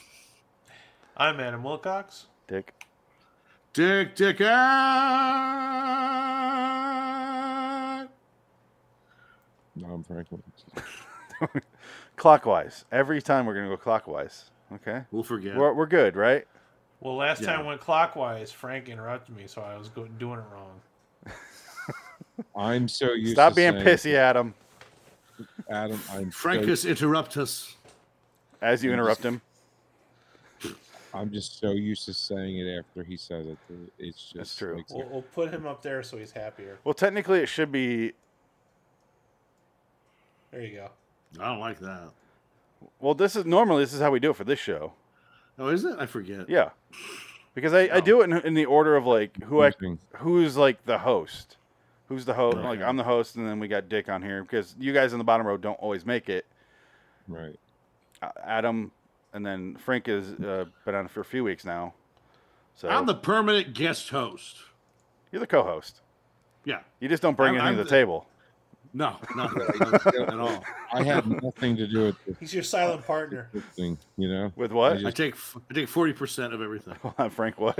I'm Adam Wilcox. Dick. Dick Dicker. No, I'm Franklin. Clockwise. Every time we're going to go clockwise. Okay. We'll forget. We're, we're good, right? Well, last Yeah. time I went clockwise, Frank interrupted me, so I was go- doing it wrong. I'm so used. Stop to being saying, pissy, Adam, Adam. I'm Frankus interrupt us. as you interrupt him. So, I'm just so used to saying it after he says it. that It's just That's true. makes it- We'll, we'll put him up there so he's happier. Well, technically, it should be There you go. I don't like that. Well, this is normally this is how we do it for this show. Oh, is it? I forget. Yeah, because I, I Oh. do it in, in the order of like who I Interesting. who's like the host, who's the host. Like Mm-hmm. Okay. I'm the host, and then we got Dick on here because you guys in the bottom row don't always make it. right. Uh, Adam, and then Frank has uh, been on for a few weeks now, so I'm the permanent guest host. you're the co-host. Yeah. You just don't bring I'm- anything to the I'm the- table. No, not at all. I had nothing to do with this He's your silent partner. thing. You know, With what? I take f- I take forty percent of everything. Hold on, Frank, what?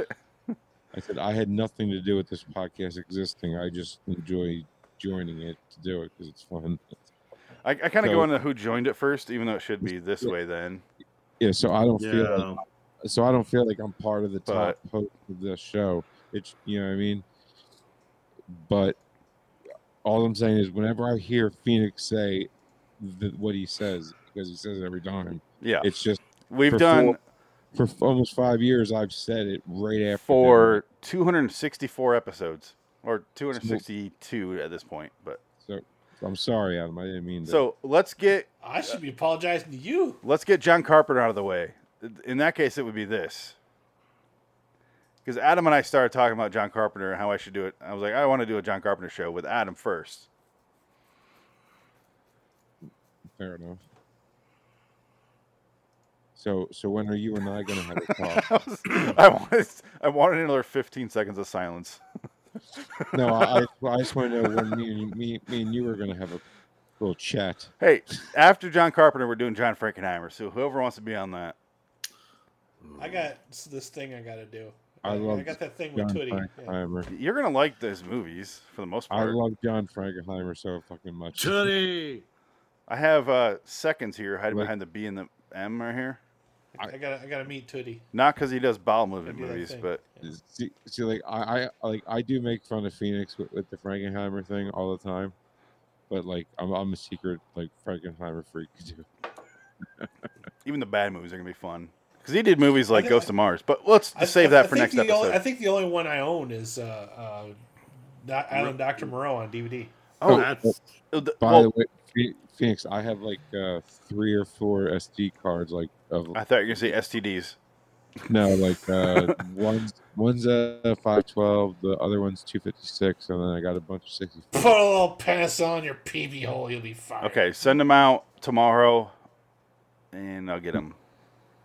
I said I had nothing to do with this podcast existing. I just enjoy joining it to do it because it's fun. I, I kind of So- go into who joined it first, even though it should be this way then. Yeah, so I don't feel like Yeah. so I don't feel like I'm part of the top host of the show. It's you know what I mean. But all I'm saying is, whenever I hear Phoenix say th- what he says, because he says it every time, Yeah, it's just we've for done for f- almost five years I've said it right after him. for 264 episodes or 262 at this point. But So I'm sorry, Adam. I didn't mean to. so let's get I should be apologizing to you. let's get John Carpenter out of the way. In that case, it would be this. Because Adam and I started talking about John Carpenter and how I should do it. I was like, I want to do a John Carpenter show with Adam first. fair enough. So so when are you and I going to have I, was- a talk? I wanted, I wanted another 15 seconds of silence. No, I, I- I just want to know when me and you, me, me and you are going to have a little chat. Hey, after John Carpenter, we're doing John Frankenheimer. So whoever wants to be on that, I got this thing I got to do. I love got that thing with John Tootie. Yeah. Frankenheimer. you're gonna like those movies for the most I part. I, love John Frankenheimer so fucking much. Tootie. have uh, seconds here hiding Like- behind the B and the M right here. I, gotta, I gotta meet Tootie. Not because he does bowel movement do that movies, thing. but See, see, like I, I, like I do make fun of Phoenix with, with the Frankenheimer thing all the time, but like I'm, I'm a secret like Frankenheimer freak too. even the bad movies are gonna be fun because he did movies like think- Ghost of Mars. But let's I- save I- that I for think next the episode. Only, I think the only one I own is uh, uh, Do- Island Doctor Moreau on DVD. oh, That's uh, the- By well, the way, Phe- Phoenix, I have like uh, three or four SD cards like of I thought you were gonna say STDs. No, like uh, one's one's a five twelve, the other one's two fifty six, and then I got a bunch of sixty four. Put a little penicillin in your PB hole, you'll be fine. Okay, send them out tomorrow, and I'll get them.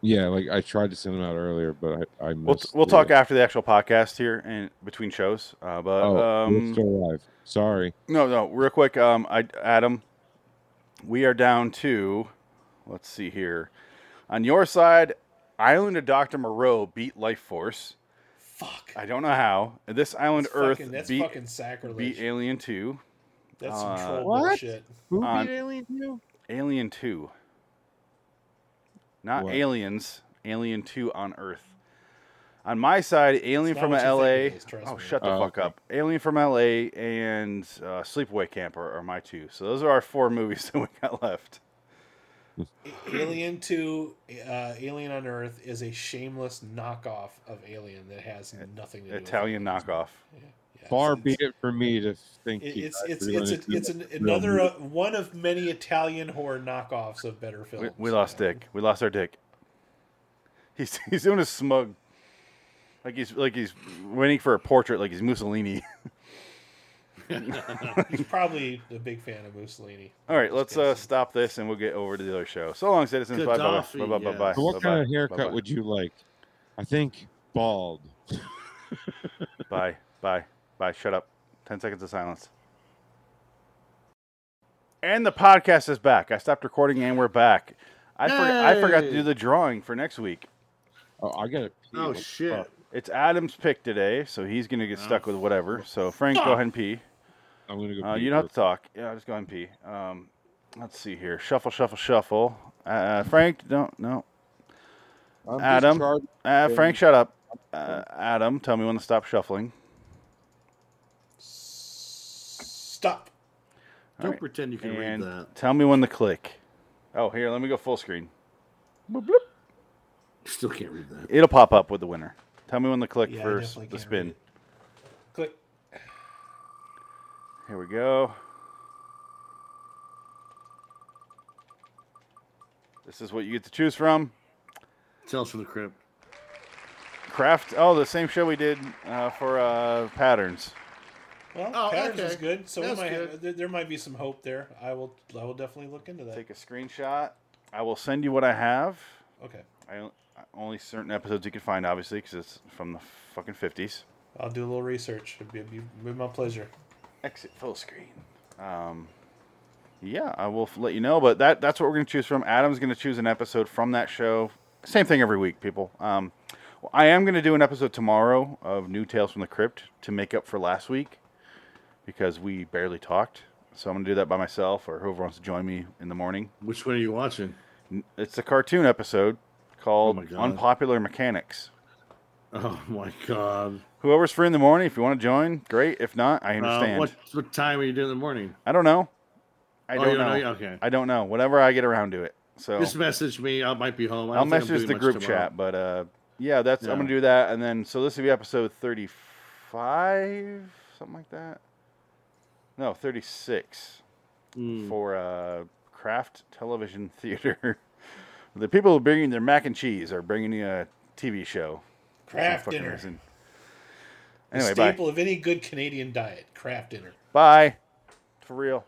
Yeah, like I tried to send them out earlier, but I, I missed. We'll, we'll the- talk after the actual podcast here and between shows. Uh, but Oh, um, we're still alive. Sorry. No, no, real quick, um, I, Adam, we are down to, let's see here, on your side, Island of Doctor Moreau beat Life Force. Fuck. I don't know how. And This Island That's Earth fucking, that's beat fucking sacrilege. beat Alien Two, that's some uh, troll What? bullshit. Who On- Alien Two? Alien Two, not What? aliens, Alien Two on Earth. On my side, Alien not from what you think L.A. it is, trust oh, me. shut the Oh, fuck okay. up! Alien from L.A. and uh, Sleepaway Camp are, are my two. So those are our four movies that we got left. Alien Two, uh, Alien on Earth is a shameless knockoff of Alien that has nothing to do Italian with knockoff. Alien. Yeah, Far it's- be it for me to think It- you it's guys it's are it's gonna a, do it's that. an, another uh, one of many Italian horror knockoffs of better We, films. we lost Dick. We lost our Dick. He's he's doing a smug, like he's like he's waiting for a portrait, like he's Mussolini. He's probably a big fan of Mussolini. All right, let's Yes. uh, stop this and we'll get over to the other show. So long, citizens. Bye bye Gaddafi, bye bye bye yes. bye. So what bye, kind of bye, haircut bye, would you like? I think bald. Bye bye bye. Shut up. Ten seconds of silence. And the podcast is back. I stopped recording and we're back. I for, I forgot to Yay. do the drawing for next week. Oh, I got to oh shit. It's Adam's pick today, so he's gonna get Oh, stuck with whatever. So Frank, go ahead and pee. I'm gonna go. Uh, pee you don't have real to talk. Yeah, I'll just go ahead and pee. Um, let's see here. Shuffle, shuffle, shuffle. Uh, Uh, Frank, don't no. quick. I'm just Adam. charged- Uh, Okay. Frank, shut up. Uh, Adam, tell me when to stop shuffling. Stop. All Don't right. pretend you can And read that. tell me when to click. Oh, here, let me go full screen. Still can't read that. It'll pop up with the winner. Tell me when to click Yeah, I for s- definitely the can't read spin. it. Click. Here we go. This is what you get to choose from. Tales from the Crypt. Craft. Oh, the same show we did uh, for uh, patterns. Well, Oh, Patterns okay. is good, so we That's might good. There, there might be some hope there. I will I will definitely look into that. Take a screenshot. I will send you what I have. Okay, I on- only certain episodes you can find, obviously, because it's from the fucking fifties. I'll do a little research. It'd be, it'd be, be my pleasure. Exit full screen. Um, yeah, I will f- let you know. But that that's what we're gonna choose from. Adam's gonna choose an episode from that show. Same thing every week, people. Um, well, I am gonna do an episode tomorrow of New Tales from the Crypt to make up for last week because we barely talked. So I'm gonna do that by myself, or whoever wants to join me in the morning. Which one are you watching? N- It's a cartoon episode called Oh my God. Unpopular Mechanics. Oh my god! Whoever's free in the morning, if you want to join, great. If not, I Uh, understand. what what time are you doing in the morning? I don't know. I Oh, don't you know. don't know? Okay. I don't know. Whenever I get around to it, so Just message me. I might be home. I I'll don't think I'm message doing the much group tomorrow. chat. But uh, yeah, that's I'm Yeah. gonna do that, and then so this will be episode 35, something like that. No, 36 Mm. for uh, Craft Television Theater. the people who are bringing their mac and cheese are bringing a TV show. for some Craft fucking dinner. reason. The Anyway, bye. staple of any good Canadian diet, craft dinner. Bye. For real.